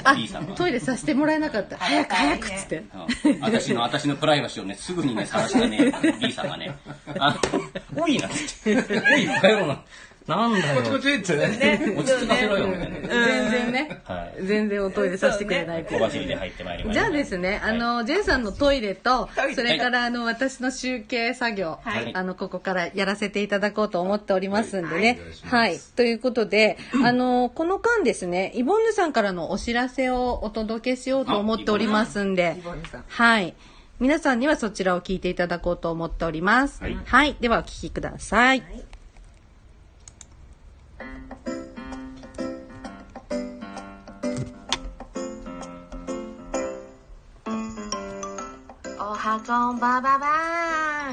[SPEAKER 2] た
[SPEAKER 7] B さんが
[SPEAKER 1] トイレさせてもらえなかった。早く早くっつって。
[SPEAKER 7] うん私の私のプライバシーをねすぐにね探してね B さんがね「あおいな」って言って「おいかよな」なんだよ
[SPEAKER 1] こっちこっちってね
[SPEAKER 7] 落ち着かせろよみたいな
[SPEAKER 1] 全然ね。
[SPEAKER 7] はい
[SPEAKER 1] 全然おトイレさせてくれないってい
[SPEAKER 7] 小
[SPEAKER 1] う
[SPEAKER 7] 走りで入ってまいりまし
[SPEAKER 1] じ
[SPEAKER 7] た
[SPEAKER 1] ゃあですね、あの、ジェイさんのトイレと、それからあの、私の集計作業、
[SPEAKER 7] はい
[SPEAKER 1] あの、ここからやらせていただこうと思っておりますんでね。はい。ということで、あの、この間ですね、イボンヌさんからのお知らせをお届けしようと思っておりますんで、はい。皆さんにはそちらを聞いていただこうと思っております。はい。ではお聞きください。
[SPEAKER 5] おはこんばばば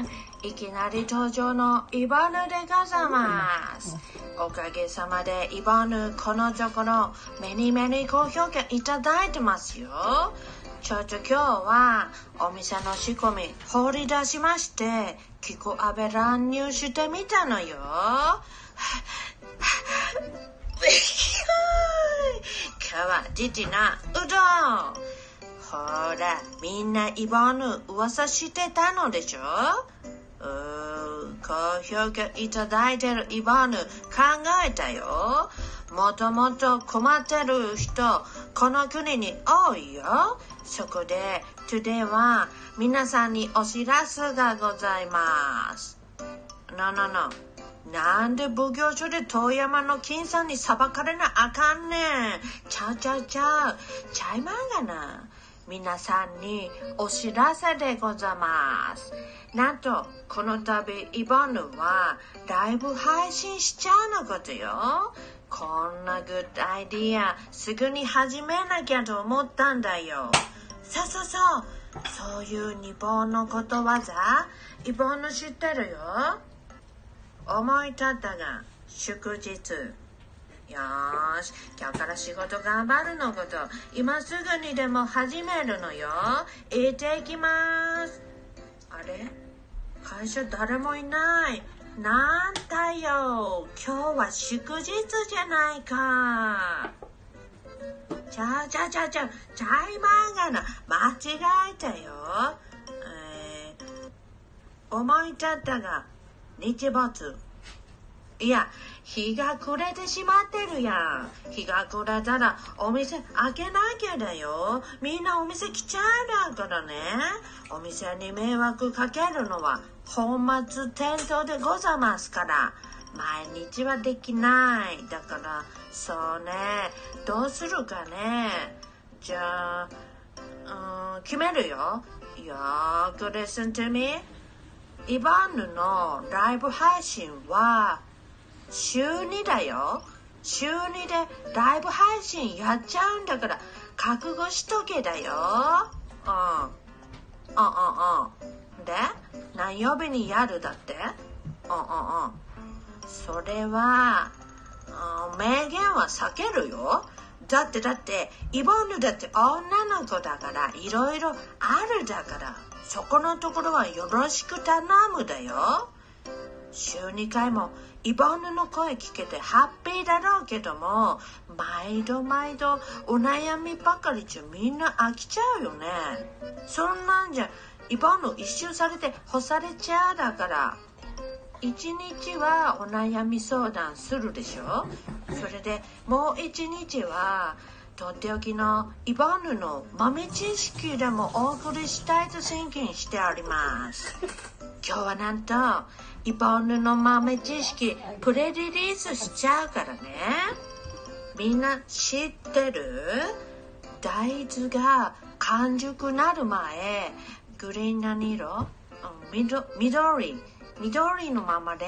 [SPEAKER 5] ーんいきなり登場のイバヌでございます。おおかげさまでイバヌこのところメニメニ高評価いただいてますよちょっと今日はお店の仕込み放り出しましてキコアベ乱入してみたのよ 川父なうどんほらみんなイバヌ噂してたのでしょうーん高評価いただいてるイバヌ考えたよもともと困ってる人この国に多いよそこで Today は皆さんにお知らせがございます No no no なんで奉行所で遠山の金さんに裁かれなあかんねんちゃうちゃうちゃうちゃいまんがな皆さんにお知らせでございますなんとこの度イボヌはライブ配信しちゃうのことよこんなグッドアイディアすぐに始めなきゃと思ったんだよそうそうそうそういう日本のことわざイボヌ知ってるよ思い立ったが祝日よーし今日から仕事頑張るのこと今すぐにでも始めるのよ行ってきますあれ会社誰もいないなんだよ今日は祝日じゃないかちゃうちゃうちゃうちゃうちゃいまんがな間違えたよえー、思い立ったが日没いや日が暮れてしまってるやん日が暮れたらお店開けなきゃだよみんなお店来ちゃうだからねお店に迷惑かけるのは本末転倒でござますから毎日はできないだからそうねどうするかねじゃあうん決めるよよーく listen to me イバンヌのライブ配信は週2だよ週2でライブ配信やっちゃうんだから覚悟しとけだようんうんうんうんで何曜日にやるだってうんうんうんそれは、うん、名言は避けるよだってだってイボンヌだって女の子だからいろいろあるだからそこのところはよろしく頼むだよ週2回もイボンヌの声聞けてハッピーだろうけども毎度毎度お悩みばかりじゃみんな飽きちゃうよねそんなんじゃイボンヌ一周されて干されちゃうだから一日はお悩み相談するでしょそれでもう一日はとっておきのイバンヌの豆知識でもお送りしたいと宣言しております今日はなんとイバンヌの豆知識プレリリースしちゃうからねみんな知ってる大豆が完熟なる前グリーン何色うん緑緑緑のままで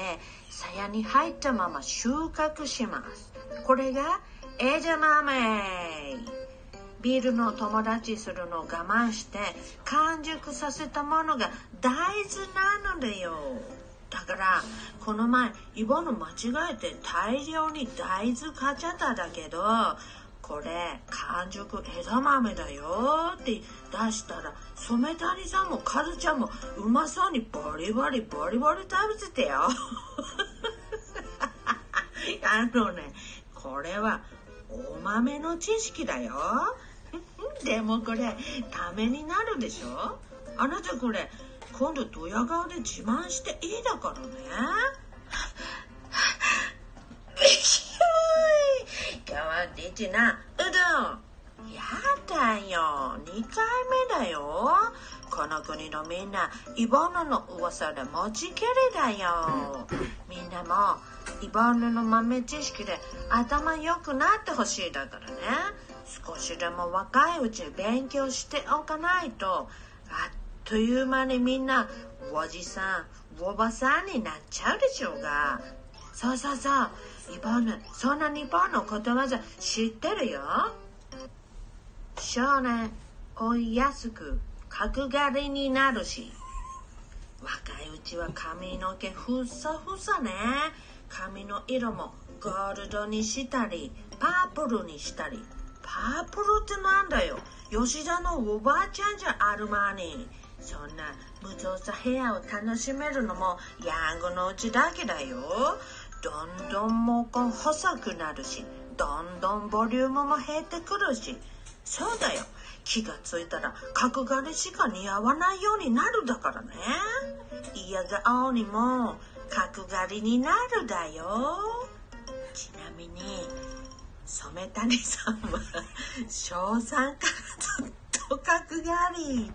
[SPEAKER 5] 鞘に入ったまま収穫しますこれがエジャマメビールの友達するのを我慢して完熟させたものが大豆なのでよだからこの前イボの間違えて大量に大豆買っちゃっただけどこれ完熟枝豆だよって出したら染谷さんもカズちゃんもうまそうにバリバリバリバリ食べててよ あのねこれはお豆の知識だよ でもこれためになるでしょあなたこれ今度ドヤ顔で自慢していいだからね 今日はディチなうどんやだよ2回目だよこの国のみんなイボヌの噂で持ちきりだよみんなもイボヌの豆知識で頭良くなってほしいだからね少しでも若いうち勉強しておかないとあっという間にみんなおじさんおばさんになっちゃうでしょうがそうそうそう日本のそんな日本のことわざ知ってるよ少年追いやすく角刈りになるし若いうちは髪の毛ふさふさね髪の色もゴールドにしたりパープルにしたりパープルってなんだよ吉田のおばあちゃんじゃあるまにそんな無造作ヘアを楽しめるのもヤングのうちだけだよどんどん毛根細くなるしどんどんボリュームも減ってくるしそうだよ気がついたら角刈りしか似合わないようになるだからね嫌が青にも角刈りになるだよちなみに染谷さんは 小3からずっと角刈り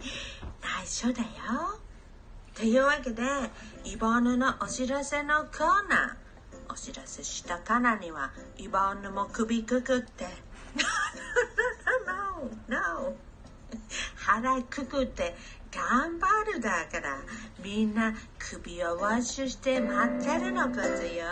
[SPEAKER 5] 内緒だよというわけでイボーヌのお知らせのコーナーお知らせしたからにはイボーヌも首くくって No, no, no, no. 腹くくって頑張るだからみんな首をウォッシュして待ってるのことよ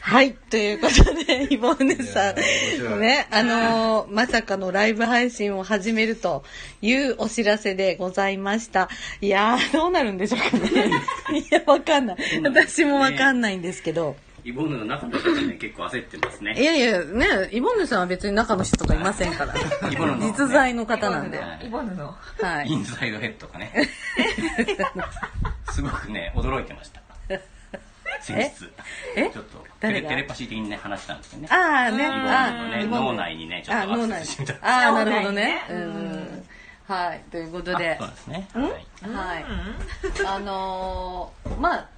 [SPEAKER 1] はい、ということで、イボーヌさん、ね、あのーまさかのライブ配信を始めるというお知らせでございました。いやー、どうなるんでしょうかね。いや、わかんない。私もわかんないんですけど。
[SPEAKER 7] イボーヌの中の人たちね、結構焦ってますね。
[SPEAKER 1] いやいや、ね、イボーヌさんは別に中の人とかいませんから。
[SPEAKER 7] イボーヌの、
[SPEAKER 1] 実在の方なんで。
[SPEAKER 2] イボーヌの
[SPEAKER 1] はい
[SPEAKER 7] イ。ンサイドヘッドがね、すごくね、驚いてました。先日、
[SPEAKER 1] え
[SPEAKER 7] ちょっとテ
[SPEAKER 1] 誰
[SPEAKER 7] レ
[SPEAKER 1] が
[SPEAKER 7] テレパシー的にね、話したんですよね。
[SPEAKER 1] ああね、
[SPEAKER 7] イボー
[SPEAKER 1] あ
[SPEAKER 7] ヌのね、脳内にね、ちょっ
[SPEAKER 1] あ
[SPEAKER 7] とア
[SPEAKER 1] 脳
[SPEAKER 7] ク
[SPEAKER 1] 内
[SPEAKER 7] セスしてみた。
[SPEAKER 1] ああ、なるほどね。うん。はい、ということで
[SPEAKER 7] あそ。うですね。はい
[SPEAKER 1] はい。あのーまあ、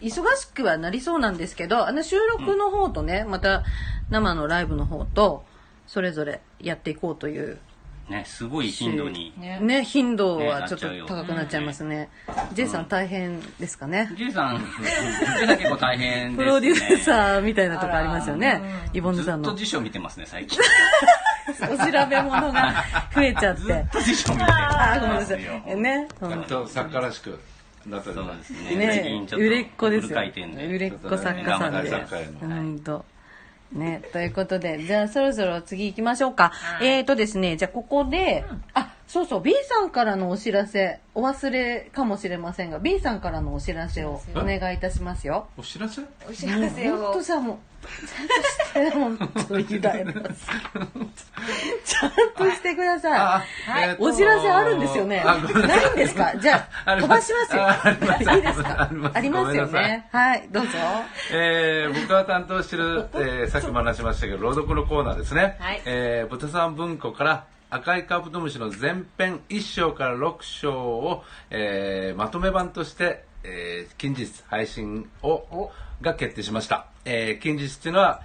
[SPEAKER 1] 忙しくはなりそうなんですけど、あの収録の方とね、また生のライブの方と、それぞれやっていこうという。
[SPEAKER 7] ね、すごい頻度に。
[SPEAKER 1] ね、頻度はちょっと高くなっちゃいますね。ジェイさん大変ですかね。
[SPEAKER 7] ジュイさん、ジュイさん結構大変です、ね。
[SPEAKER 1] プロデューサーみたいなとこありますよね。イボンヌ
[SPEAKER 7] ず
[SPEAKER 1] さん
[SPEAKER 7] っ
[SPEAKER 1] の
[SPEAKER 7] と
[SPEAKER 1] お調
[SPEAKER 7] 辞書見てますね、 最近。
[SPEAKER 1] べ物が増えちゃっ
[SPEAKER 7] ず
[SPEAKER 1] て
[SPEAKER 7] っ。と辞書見て
[SPEAKER 1] ああ、ごめん
[SPEAKER 7] ま
[SPEAKER 1] な
[SPEAKER 7] す
[SPEAKER 1] さ
[SPEAKER 7] よ。
[SPEAKER 1] い。ね、本当。
[SPEAKER 3] と作家らしくなったじゃ
[SPEAKER 7] そ
[SPEAKER 3] な
[SPEAKER 7] う
[SPEAKER 3] い
[SPEAKER 7] ですね。最
[SPEAKER 1] ね
[SPEAKER 7] 近ちょっと
[SPEAKER 1] 売れっ子です
[SPEAKER 7] フル
[SPEAKER 1] よ
[SPEAKER 7] 回転で。
[SPEAKER 1] 売れっ子作家さんで
[SPEAKER 7] 頑張って作家への
[SPEAKER 1] うんとねということでじゃあそろそろ次行きましょうか、えーとですねじゃあここで、あそうそう B さんからのお知らせお忘れかもしれませんが B さんからのお知らせをお願いいたしますよ
[SPEAKER 3] お知らせ
[SPEAKER 2] お知らせ
[SPEAKER 1] ほん
[SPEAKER 2] を
[SPEAKER 1] とさもうちゃんとして本当に委ね ますちゃんとしてください
[SPEAKER 3] えーと
[SPEAKER 1] お知らせあるんですよね。
[SPEAKER 3] あごめんな
[SPEAKER 1] ないんですかじゃあ、
[SPEAKER 3] あり
[SPEAKER 1] 飛ば
[SPEAKER 3] ま
[SPEAKER 1] し
[SPEAKER 3] す
[SPEAKER 1] ますよ。
[SPEAKER 3] あ
[SPEAKER 1] い
[SPEAKER 3] ります
[SPEAKER 1] いですか
[SPEAKER 3] あります
[SPEAKER 1] ありますよ
[SPEAKER 3] ごめんなさい
[SPEAKER 1] ね。はい、どうぞ。
[SPEAKER 3] えー僕が担当してる、えーさっきも話しましたけど朗読のコーナーですね、
[SPEAKER 2] はい
[SPEAKER 3] えー豚さん文庫から赤いカブトムシの前編1章から6章を、えーまとめ版として、えー近日配信をが決定しました、えー近日っていうのは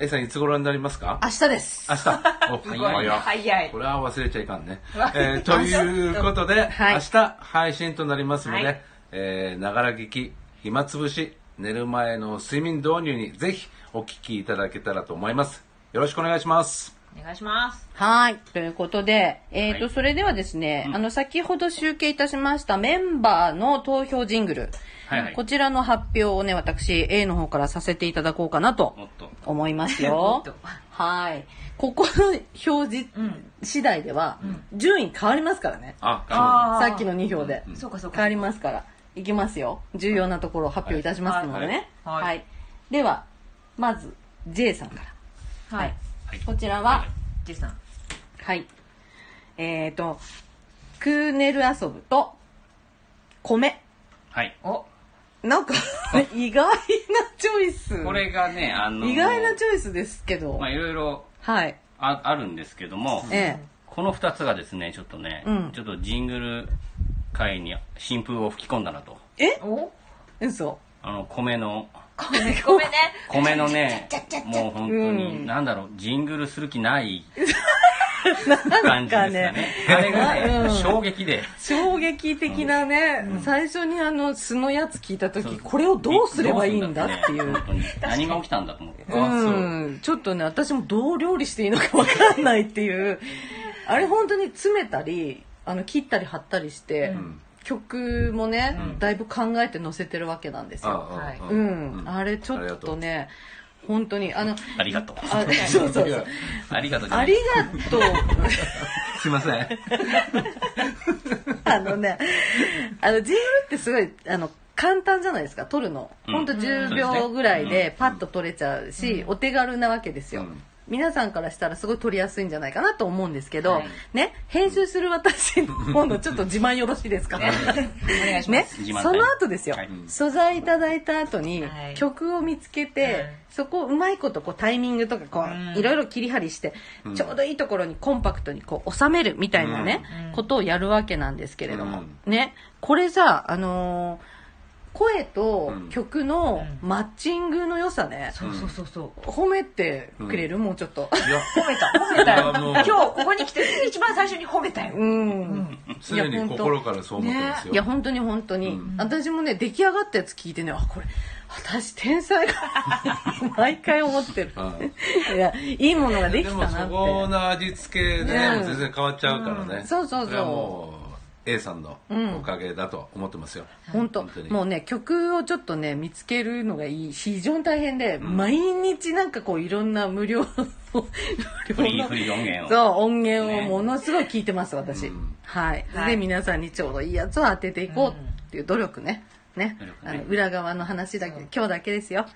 [SPEAKER 3] A さんいつ頃になりますか
[SPEAKER 1] 明日です。
[SPEAKER 3] 明日。 お、
[SPEAKER 2] すごい早い
[SPEAKER 3] これは忘れちゃいかんね。
[SPEAKER 2] わ
[SPEAKER 3] えーということで、
[SPEAKER 1] はい
[SPEAKER 3] 明日配信となりますの
[SPEAKER 2] は
[SPEAKER 3] で、えーながら聞き、暇つぶし、寝る前の睡眠導入にぜひお聞きいただけたらと思います。よろしくお願いします。
[SPEAKER 2] お願いします
[SPEAKER 1] はい。ということで、えっ、と、
[SPEAKER 7] はい
[SPEAKER 1] それではですね、あの、先ほど集計いたしましたメンバーの投票ジングル。
[SPEAKER 7] はいはい
[SPEAKER 1] こちらの発表をね、私、A の方からさせていただこうかなと
[SPEAKER 7] もっと。
[SPEAKER 1] 思いますよ
[SPEAKER 2] もっと。
[SPEAKER 1] はい。ここの表示次第では、順位変わりますからね。
[SPEAKER 3] あ、
[SPEAKER 2] あ
[SPEAKER 1] さっきの2票で。
[SPEAKER 2] そうかそうか
[SPEAKER 1] 変わりますから。いきますよ。重要なところを発表いたしますのでね。
[SPEAKER 2] はいはい
[SPEAKER 1] はいでは、まず、J さんから。
[SPEAKER 2] は
[SPEAKER 1] はいい。こちらは、
[SPEAKER 2] ジュイさん
[SPEAKER 1] はい。えーと、クーネル遊ぶと、米。
[SPEAKER 7] はい。
[SPEAKER 2] お
[SPEAKER 1] なんか、意外なチョイス。
[SPEAKER 7] これがね、あの、
[SPEAKER 1] 意外なチョイスですけど。
[SPEAKER 7] まあいろいろ
[SPEAKER 1] はい。
[SPEAKER 7] ああるんですけども、
[SPEAKER 1] ええ。
[SPEAKER 7] この2つがですね、ちょっとね、
[SPEAKER 1] うん
[SPEAKER 7] ちょっとジングル界に新風を吹き込んだなと。
[SPEAKER 2] お
[SPEAKER 1] 嘘。
[SPEAKER 7] あの、米の、
[SPEAKER 2] ごめんね
[SPEAKER 7] 米のね、もう本当に、なんだろう、ジングルする 気ない感じですかね。あれが
[SPEAKER 1] うん
[SPEAKER 7] ね、衝撃で。
[SPEAKER 1] 衝撃的なね、最初にあの、素のやつ聞いたとき、これをどうすればいいんだっていう
[SPEAKER 7] どす。るんだってね本当に何が起きたんだと思って。
[SPEAKER 1] うん、ちょっとね、私もどう料理していいのかわかんないっていう、あれ本当に詰めたり、あの、切ったり貼ったりして、曲もね、だいぶ考えて載せてるわけなんです
[SPEAKER 3] あ
[SPEAKER 1] よ。
[SPEAKER 3] ああ
[SPEAKER 1] うん、あれちょっとね、本当に、あの、
[SPEAKER 7] ありがとう。
[SPEAKER 1] あ、そうそうそう。
[SPEAKER 7] ありがとうじゃ
[SPEAKER 1] あ
[SPEAKER 7] ない
[SPEAKER 1] りがとう。
[SPEAKER 3] すいませ ん。
[SPEAKER 1] あのね、あの、ジングルってすごい、あの、簡単じゃないですか撮るの、
[SPEAKER 2] うん
[SPEAKER 1] ほんと10秒ぐらいでパッと撮れちゃうし、お手軽なわけですよ、皆さんからしたらすごい撮りやすいんじゃないかなと思うんですけど、ね編集する私の方のちょっと自慢よろしいですか
[SPEAKER 2] 自
[SPEAKER 1] ね
[SPEAKER 2] 慢タイム
[SPEAKER 1] その後ですよ、素材いただいた後に曲を見つけて、そこをうまいことこうタイミングとかこういろいろ切り張りして、
[SPEAKER 2] うん
[SPEAKER 1] ちょうどいいところにコンパクトにこう収めるみたいなね、ことをやるわけなんですけれども、ねこれさあのー声と曲のマッチングの良さね、
[SPEAKER 2] そうそうそうそう
[SPEAKER 1] 褒めてくれる、もうちょっと
[SPEAKER 2] 褒めた褒めたよ今日ここに来て一番最初に褒めたよ
[SPEAKER 1] うん
[SPEAKER 3] 常に心からそう思ってますよ、
[SPEAKER 1] いや本当に本当に、私もね出来上がったやつ聞いてねあこれ私天才か毎回思ってる いやいいものができ
[SPEAKER 3] で
[SPEAKER 1] た
[SPEAKER 3] も
[SPEAKER 1] な
[SPEAKER 3] そ
[SPEAKER 1] って
[SPEAKER 3] この味付けで、ね
[SPEAKER 1] ね
[SPEAKER 3] もう全然変わっちゃうからね、
[SPEAKER 1] うんそうそうそう
[SPEAKER 3] れはもう A さんのおかげだと思ってますよ、
[SPEAKER 1] 本当
[SPEAKER 3] に
[SPEAKER 1] もうね曲をちょっとね見つけるのがいい非常に大変で、毎日なんかこういろんな無料
[SPEAKER 7] フリー、フリー音源を。
[SPEAKER 1] そう音源をものすごい聞いてます私、はい、で皆さんにちょうどいいやつを当てていこうっていう努力ね、ねあの裏側の話だけ、今日だけですよ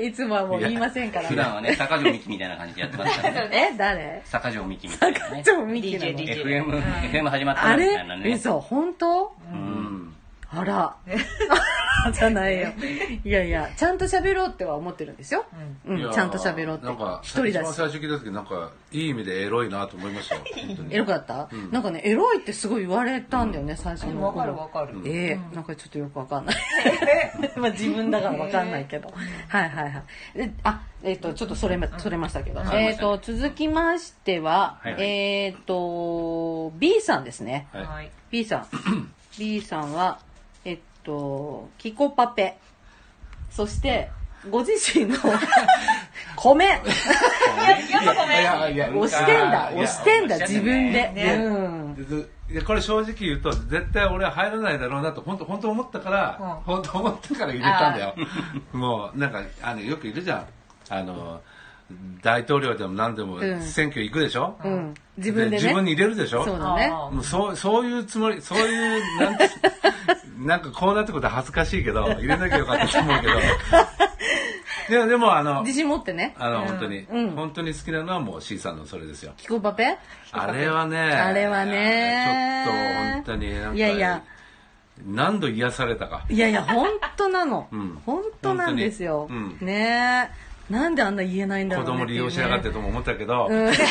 [SPEAKER 1] いつもはもう言いませんから
[SPEAKER 7] 普段はね、坂上美希みたいな感じでやってますからね。
[SPEAKER 1] え誰
[SPEAKER 7] 坂上美希みたいなね。
[SPEAKER 1] 超ミキなの
[SPEAKER 7] FM、FM 始まった
[SPEAKER 1] あ
[SPEAKER 7] なみ
[SPEAKER 1] れ
[SPEAKER 7] たいなね。
[SPEAKER 1] 嘘本当
[SPEAKER 7] うん。
[SPEAKER 1] あらじゃないよいやいやちゃんと喋ろうっては思ってるんですよ、うん
[SPEAKER 3] いや
[SPEAKER 1] ちゃんと喋ろうって
[SPEAKER 3] なんか
[SPEAKER 1] 一人
[SPEAKER 3] 一
[SPEAKER 1] だ
[SPEAKER 3] 番
[SPEAKER 1] し
[SPEAKER 3] 最初聞いた時なんかいい意味でエロいなと思い ましたよ本当に
[SPEAKER 1] エロかった、
[SPEAKER 3] うん
[SPEAKER 1] なんかねエロいってすごい言われたんだよね、最初の頃
[SPEAKER 2] わかるわかる
[SPEAKER 1] ええなんかちょっとよくわか んないまあ自分だからわかんないけど、はいはいはいであえっ、とちょっとそれまそれましたけど、
[SPEAKER 2] うん
[SPEAKER 1] えっ、と続きましては、
[SPEAKER 2] はいはい
[SPEAKER 1] えっ、と B さんですね、
[SPEAKER 2] はい
[SPEAKER 1] B さん B さんはえっとキコパペそしてご自身 の米
[SPEAKER 3] いやいや
[SPEAKER 1] 押してんだ
[SPEAKER 3] いや
[SPEAKER 1] 押してんだ
[SPEAKER 3] いや
[SPEAKER 1] 自分で、
[SPEAKER 3] ね
[SPEAKER 1] うん
[SPEAKER 3] いやこれ正直言うと絶対俺は入らないだろうなと本当本当思ったから、本当思ったから入れたんだよ もうなんかあのよくいるじゃんあの大統領でも何でも
[SPEAKER 1] うん
[SPEAKER 3] 選挙行くでしょ、
[SPEAKER 1] うん、自分でね
[SPEAKER 3] 自分に入れるでしょ
[SPEAKER 1] そうだね
[SPEAKER 3] もうそうそういうつもりそういうなんて なんかこうなってことは恥ずかしいけど入れなきゃよかったと 思うけどでもでもあの
[SPEAKER 1] 自信持ってね
[SPEAKER 3] あの、
[SPEAKER 1] うん
[SPEAKER 3] 本当に、本当に好きなのはもう C さんのそれですよ
[SPEAKER 1] キコパペ
[SPEAKER 3] あれはね
[SPEAKER 1] あれは
[SPEAKER 3] ちょ
[SPEAKER 1] ね
[SPEAKER 3] っと本当になんか
[SPEAKER 1] いやいや
[SPEAKER 3] 何度癒されたか
[SPEAKER 1] い やいや本当なの
[SPEAKER 3] うん
[SPEAKER 1] 本当なんですよ、
[SPEAKER 3] 本当
[SPEAKER 1] ねえなんであんな言えないんだろ
[SPEAKER 3] 子
[SPEAKER 1] うね
[SPEAKER 3] 供利用しやがってとも思ったけど、
[SPEAKER 2] 言っ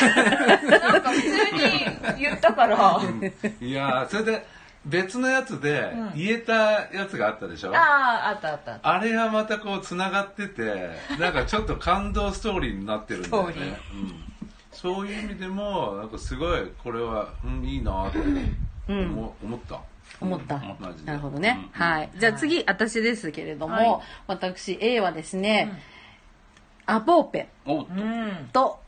[SPEAKER 2] たから
[SPEAKER 3] いやーそれで別のやつで言えたやつがあったでしょ、
[SPEAKER 2] あああったあった
[SPEAKER 3] あれはまたこうつながっ ててなんかちょっと感動ストーリーになってるんだよ
[SPEAKER 2] ストーリー
[SPEAKER 3] ね、うんそういう意味でもなんかすごいこれは、うん、いいなと思,、思った
[SPEAKER 1] 思った、
[SPEAKER 3] マジで
[SPEAKER 1] なるほどね、はいじゃあ次私ですけれども、
[SPEAKER 2] はい
[SPEAKER 1] 私 A はですね、アポーペ
[SPEAKER 2] うん
[SPEAKER 1] と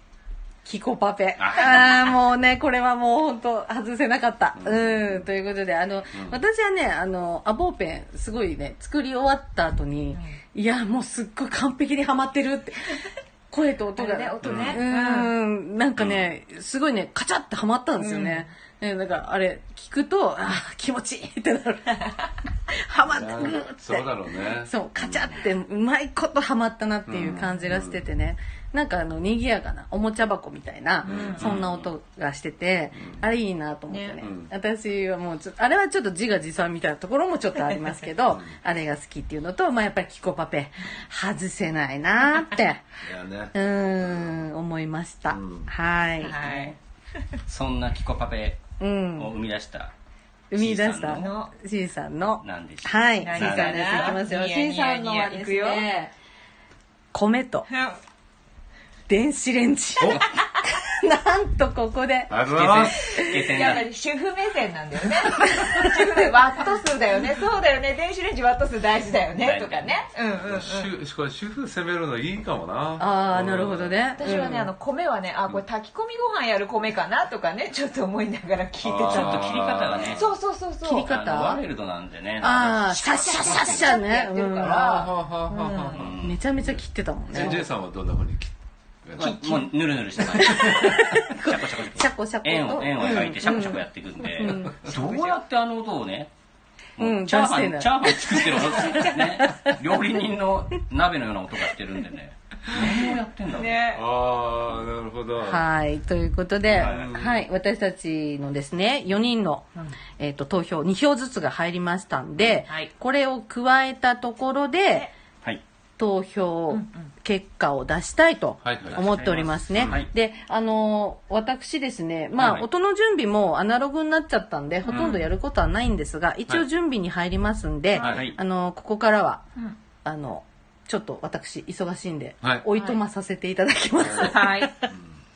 [SPEAKER 1] キコパペああーもうねこれはもう本当外せなかったうん、ということであの、私はねあのアポーペンすごいね作り終わった後に、いやもうすっごい完璧にはまってる って声と音が
[SPEAKER 2] あれね音ね
[SPEAKER 1] うーんなんかね、すごいねカチャってはまったんですよね、ねなんかあれ聞くとあー気持ちいいってな るはまってグーって
[SPEAKER 3] そうだろうね
[SPEAKER 1] そうカチャってうまいことはまったなっていう感じがしててね、なんかあの賑やかなおもちゃ箱みたいな、そんな音がしてて、あれいいなと思ってね私はもうちょっとあれはちょっと自画自賛みたいなところもちょっとありますけど、あれが好きっていうのと、まあ、やっぱりキコパペ外せないなって
[SPEAKER 3] いやね
[SPEAKER 1] うーん思いました、はい、
[SPEAKER 2] はい
[SPEAKER 7] そんなキコパペ
[SPEAKER 1] うん
[SPEAKER 7] を生み出した。
[SPEAKER 1] 生み出し
[SPEAKER 7] C
[SPEAKER 1] た
[SPEAKER 7] さんの
[SPEAKER 1] C さんの
[SPEAKER 7] なんでしょう
[SPEAKER 1] はい C
[SPEAKER 2] 何
[SPEAKER 1] さんのやついきますよ
[SPEAKER 2] 何
[SPEAKER 1] C さんのはです
[SPEAKER 2] いやいやいや
[SPEAKER 1] ね米と電子レンジなんとここで
[SPEAKER 3] ありがとうございます
[SPEAKER 7] ゲセン
[SPEAKER 2] やっ
[SPEAKER 7] だ
[SPEAKER 2] ぱ。り主婦目線なんだよね主婦でワット数だよねそうだよね電子レンジワット数大事だよねとかねうんうんうん
[SPEAKER 3] 主これ主婦攻めるのいいかもな
[SPEAKER 1] ああなるほどね
[SPEAKER 2] 私はね、
[SPEAKER 1] うん
[SPEAKER 2] あの米はねあこれ炊き込みご飯やる米かなとかねちょっと思いながら聞いて
[SPEAKER 7] ちょ
[SPEAKER 2] た
[SPEAKER 7] っと切り方がね、
[SPEAKER 2] そうそうそうそう
[SPEAKER 1] 切り方
[SPEAKER 7] あのワイルドなんでね。
[SPEAKER 1] ああシャッシャッシャッシャッね
[SPEAKER 2] やってるか
[SPEAKER 3] あ
[SPEAKER 2] ら、
[SPEAKER 3] はははは
[SPEAKER 7] う
[SPEAKER 3] は
[SPEAKER 7] ん
[SPEAKER 1] うんめちゃめちゃ切ってたもん
[SPEAKER 3] え
[SPEAKER 1] ね
[SPEAKER 3] J さんはどんな風に切っ
[SPEAKER 7] まあもうぬるぬるしてない。シャコシャコシャコ。
[SPEAKER 1] シャコシャコと
[SPEAKER 7] 円を円を描いてシャコシャコやっていくんで、どうやってあの音をね、もうチャーハン、チャーハン作ってる音、ね、料理人の鍋のような音がしてるんでね。何をやってんだろう。
[SPEAKER 2] ね、
[SPEAKER 9] ああなるほど
[SPEAKER 1] はい、ということで、
[SPEAKER 9] はい
[SPEAKER 1] はい、私たちのですね、4人の、えっ、と、投票、2票ずつが入りましたんで、これを加えたところで、
[SPEAKER 7] はい。
[SPEAKER 1] 投票結果を出したいと
[SPEAKER 7] はいはい
[SPEAKER 1] 思っておりますね。
[SPEAKER 7] はい
[SPEAKER 1] で、あのー私ですね、まあ、
[SPEAKER 7] はい
[SPEAKER 1] 音の準備もアナログになっちゃったんで、ほとんどやることはないんですが、一応準備に入りますんで、
[SPEAKER 7] はい
[SPEAKER 1] あのーここからは、あの、ちょっと私、忙しいんで、
[SPEAKER 3] はい
[SPEAKER 1] おいとまさせていただきます。
[SPEAKER 2] はい。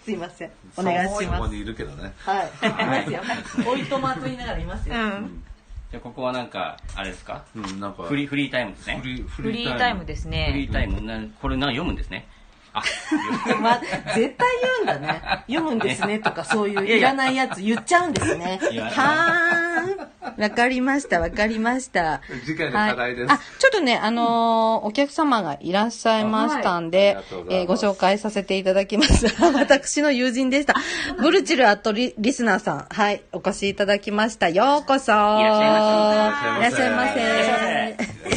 [SPEAKER 1] すいません。お願いし
[SPEAKER 3] そ
[SPEAKER 1] ま
[SPEAKER 3] こ
[SPEAKER 1] す。
[SPEAKER 3] にいるけどね
[SPEAKER 1] はい。いますよ。おいとまと言いながらいますよ。
[SPEAKER 7] じゃあここはなんか、あれですか
[SPEAKER 3] うんなんか
[SPEAKER 7] フリー、フリータイムですね。フリー、
[SPEAKER 2] フリータイムです
[SPEAKER 7] フリ
[SPEAKER 2] ね。
[SPEAKER 7] ータイム。なこれな、読むんですね。あ、
[SPEAKER 1] まあ、絶対言うんだね。読むんですねとか、そういう
[SPEAKER 7] いやい
[SPEAKER 1] い
[SPEAKER 7] や
[SPEAKER 1] らないやつ言っちゃうんですね
[SPEAKER 7] いや。
[SPEAKER 1] はーん。わかりました、わかりました。
[SPEAKER 3] 次回の課題です、
[SPEAKER 1] あ、ちょっとね、あのーお客様がいらっしゃいましたん
[SPEAKER 3] はいあり
[SPEAKER 1] で
[SPEAKER 3] がとうご、ざい
[SPEAKER 1] えーご
[SPEAKER 3] ます
[SPEAKER 1] 紹介させていただき ます。私の友人でした。ブルチルアットリリスナーさん。はい、お越しいただきました。ようこそ。い
[SPEAKER 7] ら
[SPEAKER 1] らっしゃいませ。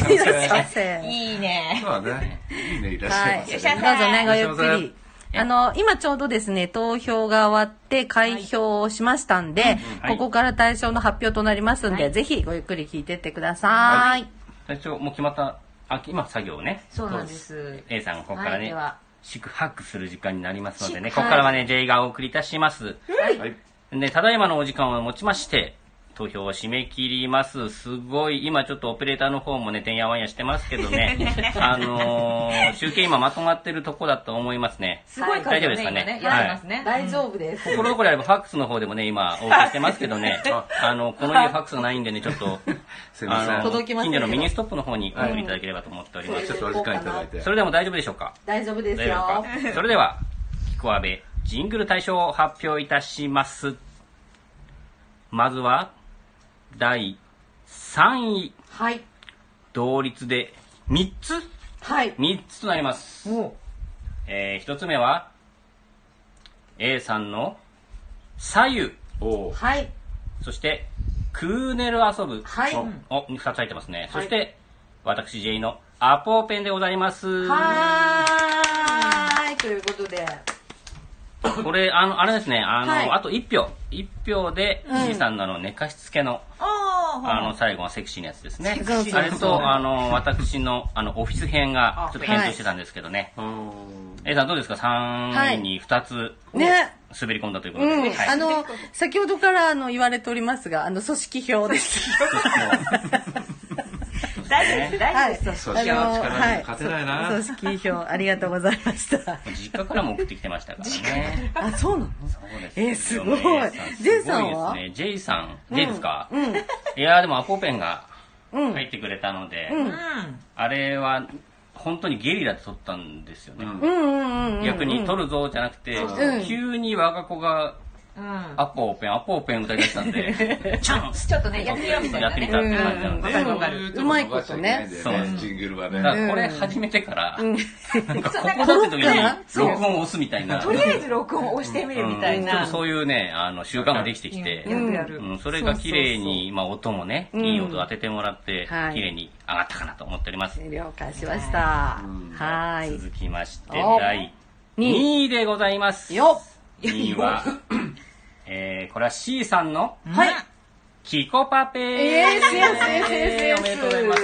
[SPEAKER 3] いらっし
[SPEAKER 1] いらっしゃいませ。いらっしゃいませ。
[SPEAKER 2] いいね。
[SPEAKER 3] そうだねいいねいらっし
[SPEAKER 1] は
[SPEAKER 3] ゃい
[SPEAKER 1] い。
[SPEAKER 3] ま
[SPEAKER 1] ど
[SPEAKER 3] せ、
[SPEAKER 1] うぞね、ごゆっ
[SPEAKER 3] い
[SPEAKER 1] く
[SPEAKER 3] らっしゃい
[SPEAKER 1] り。あの、今ちょうどですね、投票が終わって開票をしましたんで、
[SPEAKER 7] はい
[SPEAKER 1] ここから対象の発表となりますんで、ぜひごゆっくり聞いてってください。
[SPEAKER 7] 最初、もう決まった、あ、今、作業をね。
[SPEAKER 2] そうなんです。
[SPEAKER 7] A さんがここから
[SPEAKER 2] はいで
[SPEAKER 7] ね
[SPEAKER 2] は、
[SPEAKER 7] 宿泊する時間になりますのでね、
[SPEAKER 1] 宿
[SPEAKER 7] ここからはね、J がお送りいたします。
[SPEAKER 3] はい
[SPEAKER 7] で、ただいまのお時間をもちまして、投票を締め切ります。すごい、今ちょっとオペレーターの方もね、てんやわんやしてますけ どね、あのー、集計今まとまってるとこだと思いますね。
[SPEAKER 2] すごい
[SPEAKER 7] 大
[SPEAKER 2] 数
[SPEAKER 7] 丈
[SPEAKER 2] だ
[SPEAKER 7] 夫です
[SPEAKER 2] ね、
[SPEAKER 7] か
[SPEAKER 2] 今
[SPEAKER 7] ね
[SPEAKER 2] ね。やってますね。
[SPEAKER 1] 大丈夫です。
[SPEAKER 7] ところどころあれば、ファックスの方でもね、今、お送りしてますけ どね、あの、この家ファックスがないんでね、ちょっと、
[SPEAKER 3] すいません
[SPEAKER 7] あの
[SPEAKER 1] 届きませんけど
[SPEAKER 7] 近所のミニストップの方にお送りいただければと思っております。
[SPEAKER 3] ちょっとお時間いただいて
[SPEAKER 7] それでも大丈夫でしょうか
[SPEAKER 1] 大丈夫です
[SPEAKER 7] 大丈
[SPEAKER 1] よ。
[SPEAKER 7] 夫かそれではキコアベジングル大賞を発表いたしますまずは第3位
[SPEAKER 1] はい。
[SPEAKER 7] 同率で3つ
[SPEAKER 1] はい。
[SPEAKER 7] 3つとなります、えー、1つ目は A さんの「左右
[SPEAKER 3] おう
[SPEAKER 1] はい。」
[SPEAKER 7] そして「クーネル遊ぶ」
[SPEAKER 1] はい
[SPEAKER 7] おお2つ入ってますね、
[SPEAKER 1] はい
[SPEAKER 7] そして私 J の「アポーペン」でございます
[SPEAKER 1] はーい。ということで、
[SPEAKER 7] これ、あの、あれですね、あの、
[SPEAKER 1] はい
[SPEAKER 7] あと1票。1票で、じいさんのあの寝かしつけの、あの、最後のセクシーなやつですね。
[SPEAKER 1] そうそうそう
[SPEAKER 7] あれと、あの、私の、あの、オフィス編が、ちょっと検討してたんですけどね。A さんどうですか ?3 位に2つ、
[SPEAKER 1] ね。
[SPEAKER 7] 滑り込んだということ
[SPEAKER 1] う
[SPEAKER 7] で。
[SPEAKER 1] ん。
[SPEAKER 7] はい
[SPEAKER 1] あの、先ほどからあの言われておりますが、あの、組織票です。
[SPEAKER 2] 大丈夫です。大丈夫です。
[SPEAKER 1] 組
[SPEAKER 3] 織票の力には勝てないな
[SPEAKER 1] 組織票、ありがとうございました。
[SPEAKER 7] もう実家からも送ってきてましたからね。
[SPEAKER 1] あ、そうなの
[SPEAKER 7] そうです
[SPEAKER 1] えーすごい J
[SPEAKER 7] ジ
[SPEAKER 1] さんは
[SPEAKER 7] ?J さん、J ですかいやーでもアポペンが入ってくれたので、あれは本当にゲリラで撮ったんですよね。逆に撮るぞじゃなくて、急に我が子がアポーペン、アポーペン歌い出したん で、チャンス
[SPEAKER 2] ちょっとね、やってみようみたい
[SPEAKER 7] や
[SPEAKER 2] な
[SPEAKER 7] ってみ
[SPEAKER 2] ね。
[SPEAKER 7] たって感じなので、
[SPEAKER 1] うん
[SPEAKER 7] だか
[SPEAKER 1] うまいことね
[SPEAKER 3] そういうとこ逃しちゃいけないんだよねジングルはね
[SPEAKER 7] らこれ始めてから、なんかここだって時に録音を押すみたいな。
[SPEAKER 2] とりあえず録音を押してみるみたい
[SPEAKER 7] うんちょっ
[SPEAKER 2] な。
[SPEAKER 7] とそういうね、あの、習慣ができてきて、
[SPEAKER 2] うんやるやる
[SPEAKER 7] うんそれが綺麗に、まあ、音もね、いい音当ててもらって、
[SPEAKER 1] はい
[SPEAKER 7] 綺麗に上がったかなと思っております。
[SPEAKER 1] 了解しました。はい。
[SPEAKER 7] 続きまして、
[SPEAKER 1] お
[SPEAKER 7] 第
[SPEAKER 1] 二
[SPEAKER 7] 2位でございます。
[SPEAKER 1] よ
[SPEAKER 7] 2位は、えー、これは C さんの、
[SPEAKER 1] っはい。
[SPEAKER 7] キコパペー
[SPEAKER 1] イエスイエスイエスイエスイエス
[SPEAKER 7] おめでとうございます。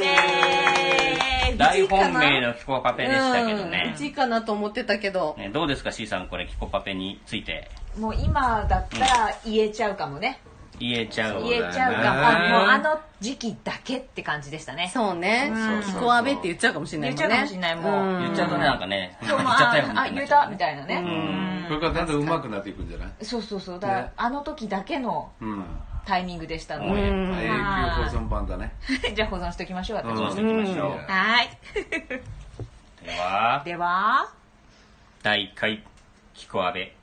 [SPEAKER 7] 大本命のキコパペでしたけどね。
[SPEAKER 1] 1位かなと思ってたけど。
[SPEAKER 7] ねどうですか C さんこれキコパペについて
[SPEAKER 2] もう今だったら言えちゃうかもね。
[SPEAKER 7] 言えちゃう
[SPEAKER 2] 言えちゃうかも。あもうあの時期だけって感じでしたね。
[SPEAKER 1] そうね。キコアベって言っちゃうかもしれない
[SPEAKER 2] 言
[SPEAKER 1] も
[SPEAKER 2] っ
[SPEAKER 1] ん
[SPEAKER 2] ち
[SPEAKER 1] ね。
[SPEAKER 2] ゃうかもしれない、もう。
[SPEAKER 7] 言っちゃうとねなんかね言
[SPEAKER 2] そ
[SPEAKER 7] っち
[SPEAKER 2] うもう
[SPEAKER 7] ゃったよみ
[SPEAKER 2] あ
[SPEAKER 7] た
[SPEAKER 2] あ
[SPEAKER 7] いにな
[SPEAKER 2] 言
[SPEAKER 7] っ
[SPEAKER 2] え
[SPEAKER 7] ちゃ
[SPEAKER 2] た
[SPEAKER 7] う
[SPEAKER 2] みたいなね。
[SPEAKER 3] これからだんだん上手くなっていくんじゃない
[SPEAKER 2] そうそうそう。だからあの時だけの
[SPEAKER 3] うん
[SPEAKER 2] タイミングでしたの
[SPEAKER 7] う
[SPEAKER 2] で。
[SPEAKER 3] 永久保存版だね
[SPEAKER 2] じゃあ保存しておきましょう、私
[SPEAKER 3] 保存
[SPEAKER 2] も
[SPEAKER 3] していきましょう
[SPEAKER 2] はい。
[SPEAKER 7] では
[SPEAKER 2] では、
[SPEAKER 7] 第1回キコアベ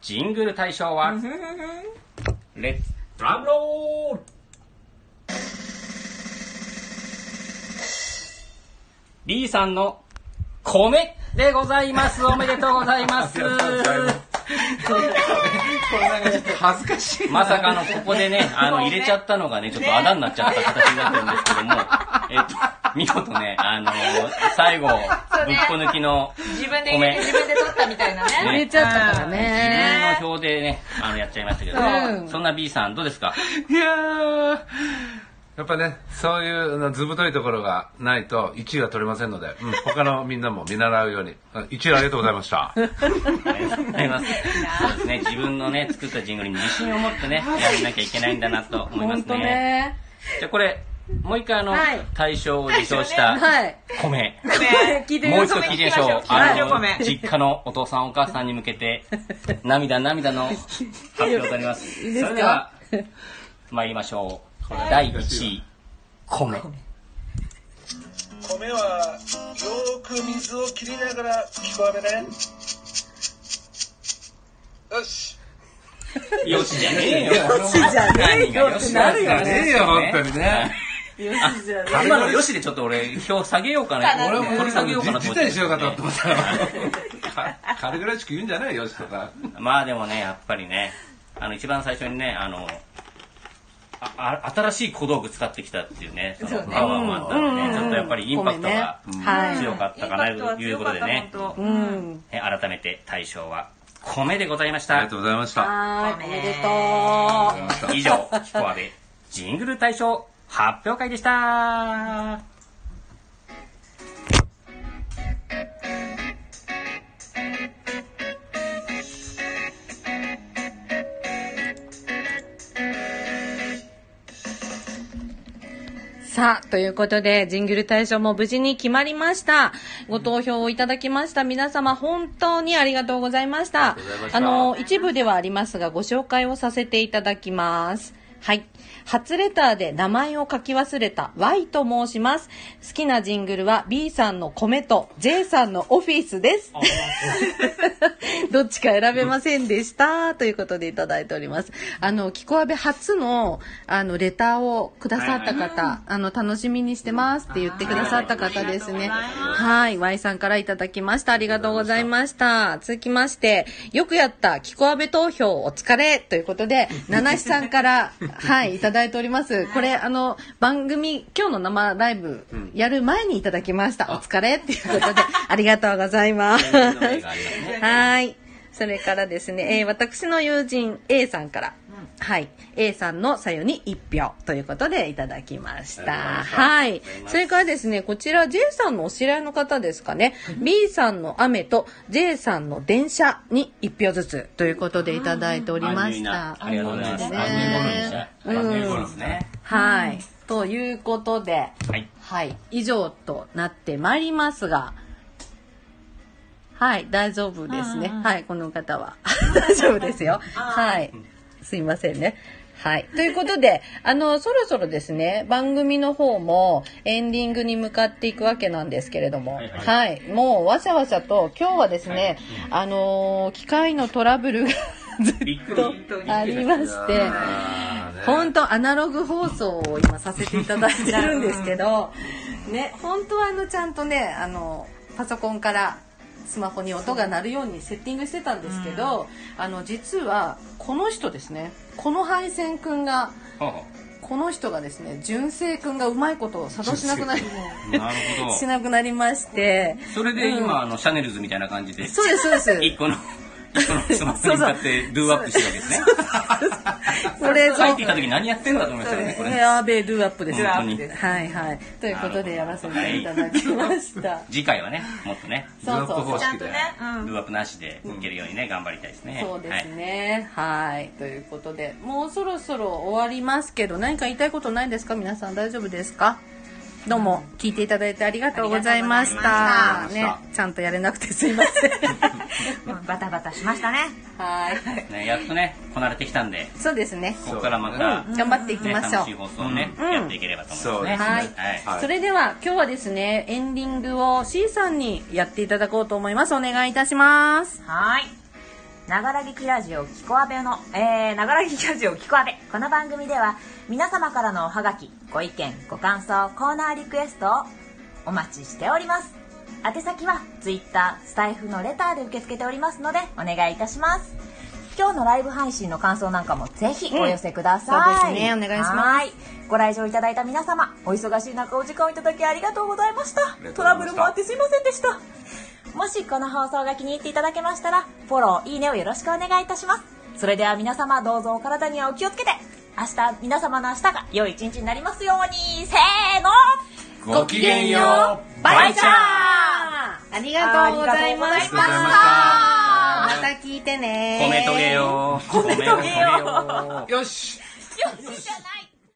[SPEAKER 7] ジングル大賞はレッツドラムロールリーさんの米でございますおめでとうございます
[SPEAKER 3] ありがとうございますこれなんかちょっと恥ずかしいな
[SPEAKER 7] まさかのここ でね、あの、
[SPEAKER 3] そうね
[SPEAKER 7] 入れちゃったのがね、ちょっとあだになっちゃった形になってるんですけども、えっと、見事ね、あの最後、 ぶっこ抜きの、
[SPEAKER 2] 自分で入れて
[SPEAKER 7] ごめん
[SPEAKER 2] 自分で取ったみたいなね
[SPEAKER 7] ね入れ
[SPEAKER 1] ちゃったから
[SPEAKER 7] ね自分の表でね、あの、やっちゃいましたけど、
[SPEAKER 2] うん
[SPEAKER 7] そんな B さん、どうですか
[SPEAKER 3] いやーやっぱね、そういうあのずぶといところがないと1位は取れませんので、うん、他のみんなも見習うように。1位ありがとうございました。
[SPEAKER 7] あります。そうですね、自分のね、作ったジングルに自信を持ってね、やらなきゃいけないんだなと思います
[SPEAKER 1] 本当
[SPEAKER 7] ね。
[SPEAKER 1] ね。
[SPEAKER 7] じゃあこれ、もう一回あの、
[SPEAKER 1] はい
[SPEAKER 7] 大賞を受賞し
[SPEAKER 1] は
[SPEAKER 7] た
[SPEAKER 1] い。
[SPEAKER 7] 米、
[SPEAKER 1] 聞いてみ
[SPEAKER 7] もう
[SPEAKER 1] ま
[SPEAKER 7] 一
[SPEAKER 1] しょ
[SPEAKER 7] 度
[SPEAKER 1] う。
[SPEAKER 7] 聞いてみましょう。
[SPEAKER 1] は
[SPEAKER 7] あ
[SPEAKER 1] い
[SPEAKER 7] の、実家のお父さんお母さんに向 けて、涙涙の発表となります。
[SPEAKER 1] いいですか
[SPEAKER 7] それでは、参りましょう。第1位、米。
[SPEAKER 11] 米はよーく水を切りながら聞こえねよし
[SPEAKER 7] よしじゃねえよ。
[SPEAKER 11] よしじゃねえよ
[SPEAKER 7] 何がしなん
[SPEAKER 3] よ
[SPEAKER 7] だ
[SPEAKER 3] しじゃねえよ本当にね。
[SPEAKER 7] あ今のよしでちょっと俺、票下げようかな。俺も取り下げようかなと思って。
[SPEAKER 3] 辞退しようかと思ったら、軽々しく言うんじゃないよ、しとか。
[SPEAKER 7] まあでもね、やっぱりね、あの、一番最初にね、あの、ああ新しい小道具使ってきたっていうね、そ
[SPEAKER 2] そう
[SPEAKER 7] の
[SPEAKER 2] ね
[SPEAKER 7] パワーもあったので、
[SPEAKER 2] うん
[SPEAKER 7] ね、ちょっとやっぱりインパクトが
[SPEAKER 2] ごめんねはい
[SPEAKER 7] 強かったかなということでね、
[SPEAKER 2] う
[SPEAKER 1] うん。
[SPEAKER 7] ね改めて大賞は米でございました。ありがと
[SPEAKER 3] うございました。
[SPEAKER 1] はーい、おめでと
[SPEAKER 7] 以上、ヒコアベジングル大賞発表会でした。
[SPEAKER 1] う。さあ、ということで、ジングル大賞も無事に決まりました。ご投票をいただきました皆様、本当にありがとうございました。
[SPEAKER 12] りが
[SPEAKER 1] あ
[SPEAKER 12] とうございました
[SPEAKER 1] の、一部ではありますが、ご紹介をさせていただきます。はい。初レターで名前を書き忘れた Y と申します。好きなジングルは B さんの米と J さんのオフィスです。 どっちか選べませんでした。ということでいただいております。あの、キコアベ初の、あの、レターをくださった方、あの、楽しみにしてますって言ってくださった方ですね。はい。Y さんからいただきました。ありがとうございました。続きまして、よくやった、キコアベ投票お疲れということで、七七さんから、はい、いただいております。これ、あの、番組、今日の生ライブ、やる前にいただきました。お疲れっていうことで、ありがとうございます。はい。それからですね、えー私の友人 A さんから、はい。A さんの左右に1票ということでいただきました。はい。それからですね、こちら J さんのお知り合いの方ですかね。B さんの雨と J さんの電車に1票ずつということでいただいておりました。
[SPEAKER 7] ありがとうございます。
[SPEAKER 1] ね
[SPEAKER 7] アンニュイボルでしたね。ア
[SPEAKER 1] うん
[SPEAKER 7] ンニュイボルですね。
[SPEAKER 1] はい。ということで、
[SPEAKER 7] はい。
[SPEAKER 1] 以上となってまいりますが、はい、大丈夫ですね。はい、この方は。 大丈夫ですよ。はい。すいませんね。はい。ということで、あの、そろそろですね、番組の方もエンディングに向かっていくわけなんですけれども、はい、もうわしゃわしゃと、今日はですね、あのー機械のトラブルがずっとありまして、本当アナログ放送を今させていただいてるんですけ ど、ね、本当はあのちゃんとね、あの、パソコンからスマホに音が鳴るようにセッティングしてたんですけど、あの、実はこの人ですね、この配線くんが、この人がですね、純正くんがうまいことを作動しなくなり、
[SPEAKER 7] なる
[SPEAKER 1] し
[SPEAKER 7] ほど。
[SPEAKER 1] なくなりまして、
[SPEAKER 7] それで
[SPEAKER 1] うん
[SPEAKER 7] 今、あの、シャネルズみたいな感じで、
[SPEAKER 1] そうです、そうです。
[SPEAKER 7] 一個の、一個のスマホに向かって、ドゥアップしてるわけですね。
[SPEAKER 1] それぞ
[SPEAKER 7] 帰ってきた時何やってんだと思いましたよね、これね。
[SPEAKER 1] アーベードゥアップです。
[SPEAKER 7] 本当に
[SPEAKER 1] はいはい。ということでやらせていただきました。
[SPEAKER 7] 次回はね、もっとね、
[SPEAKER 1] そうそうドゥアップ方式でち
[SPEAKER 7] ド
[SPEAKER 1] ゃんとねうん
[SPEAKER 7] ゥアップなしでいけるようにね、頑張りたいですね。
[SPEAKER 1] そうですね。はい、ということで、もうそろそろ終わりますけど、何か言いたいことないですか皆さん大丈夫ですかどうも、聞いていただいてありがとうございました。
[SPEAKER 2] ありがとうござい
[SPEAKER 1] ね
[SPEAKER 2] ました、
[SPEAKER 1] ちゃんとやれなくてすいません。
[SPEAKER 2] バタバタしましたね
[SPEAKER 1] はい
[SPEAKER 7] はい。ね、やっとね、こなれてきたんで、
[SPEAKER 1] そうですね。
[SPEAKER 7] ここからまた、
[SPEAKER 1] うん頑張っていきましょう
[SPEAKER 7] ね楽しい放送をね、
[SPEAKER 1] うん
[SPEAKER 7] やっていければと思いますね。
[SPEAKER 1] はい、それでは今日はですねエンディングを C さんにやっていただこうと思いますお願いいたします
[SPEAKER 2] はいながら劇ラジオキコアベの、えー、ながら劇ラジオキコアベ。この番組では、皆様からのおはがき、ご意見、ご感想、コーナーリクエストをお待ちしております。宛先は、ツイッター、スタイフのレターで受け付けておりますので、お願いいたします。今日のライブ配信の感想なんかもぜひお寄せください、
[SPEAKER 1] うんそうですねお願いします
[SPEAKER 2] はいご来場いただいた皆様お忙しい中お時間をいただきありがとうございました
[SPEAKER 1] りが
[SPEAKER 2] ト
[SPEAKER 1] とうござ
[SPEAKER 2] ラ
[SPEAKER 1] いました
[SPEAKER 2] ブルもあってすいませんでしたもしこの放送が気に入っていただけましたらフォローいいねをよろしくお願いいたしますそれでは皆様どうぞお体にはお気をつけて明日皆様の明日が良い一日になりますようにせーの
[SPEAKER 3] ごきげんよう
[SPEAKER 2] バイチャー
[SPEAKER 1] ありがとうございました。また聞いてね。
[SPEAKER 7] 米とげよ。米とげよ。よし。
[SPEAKER 2] よしじゃない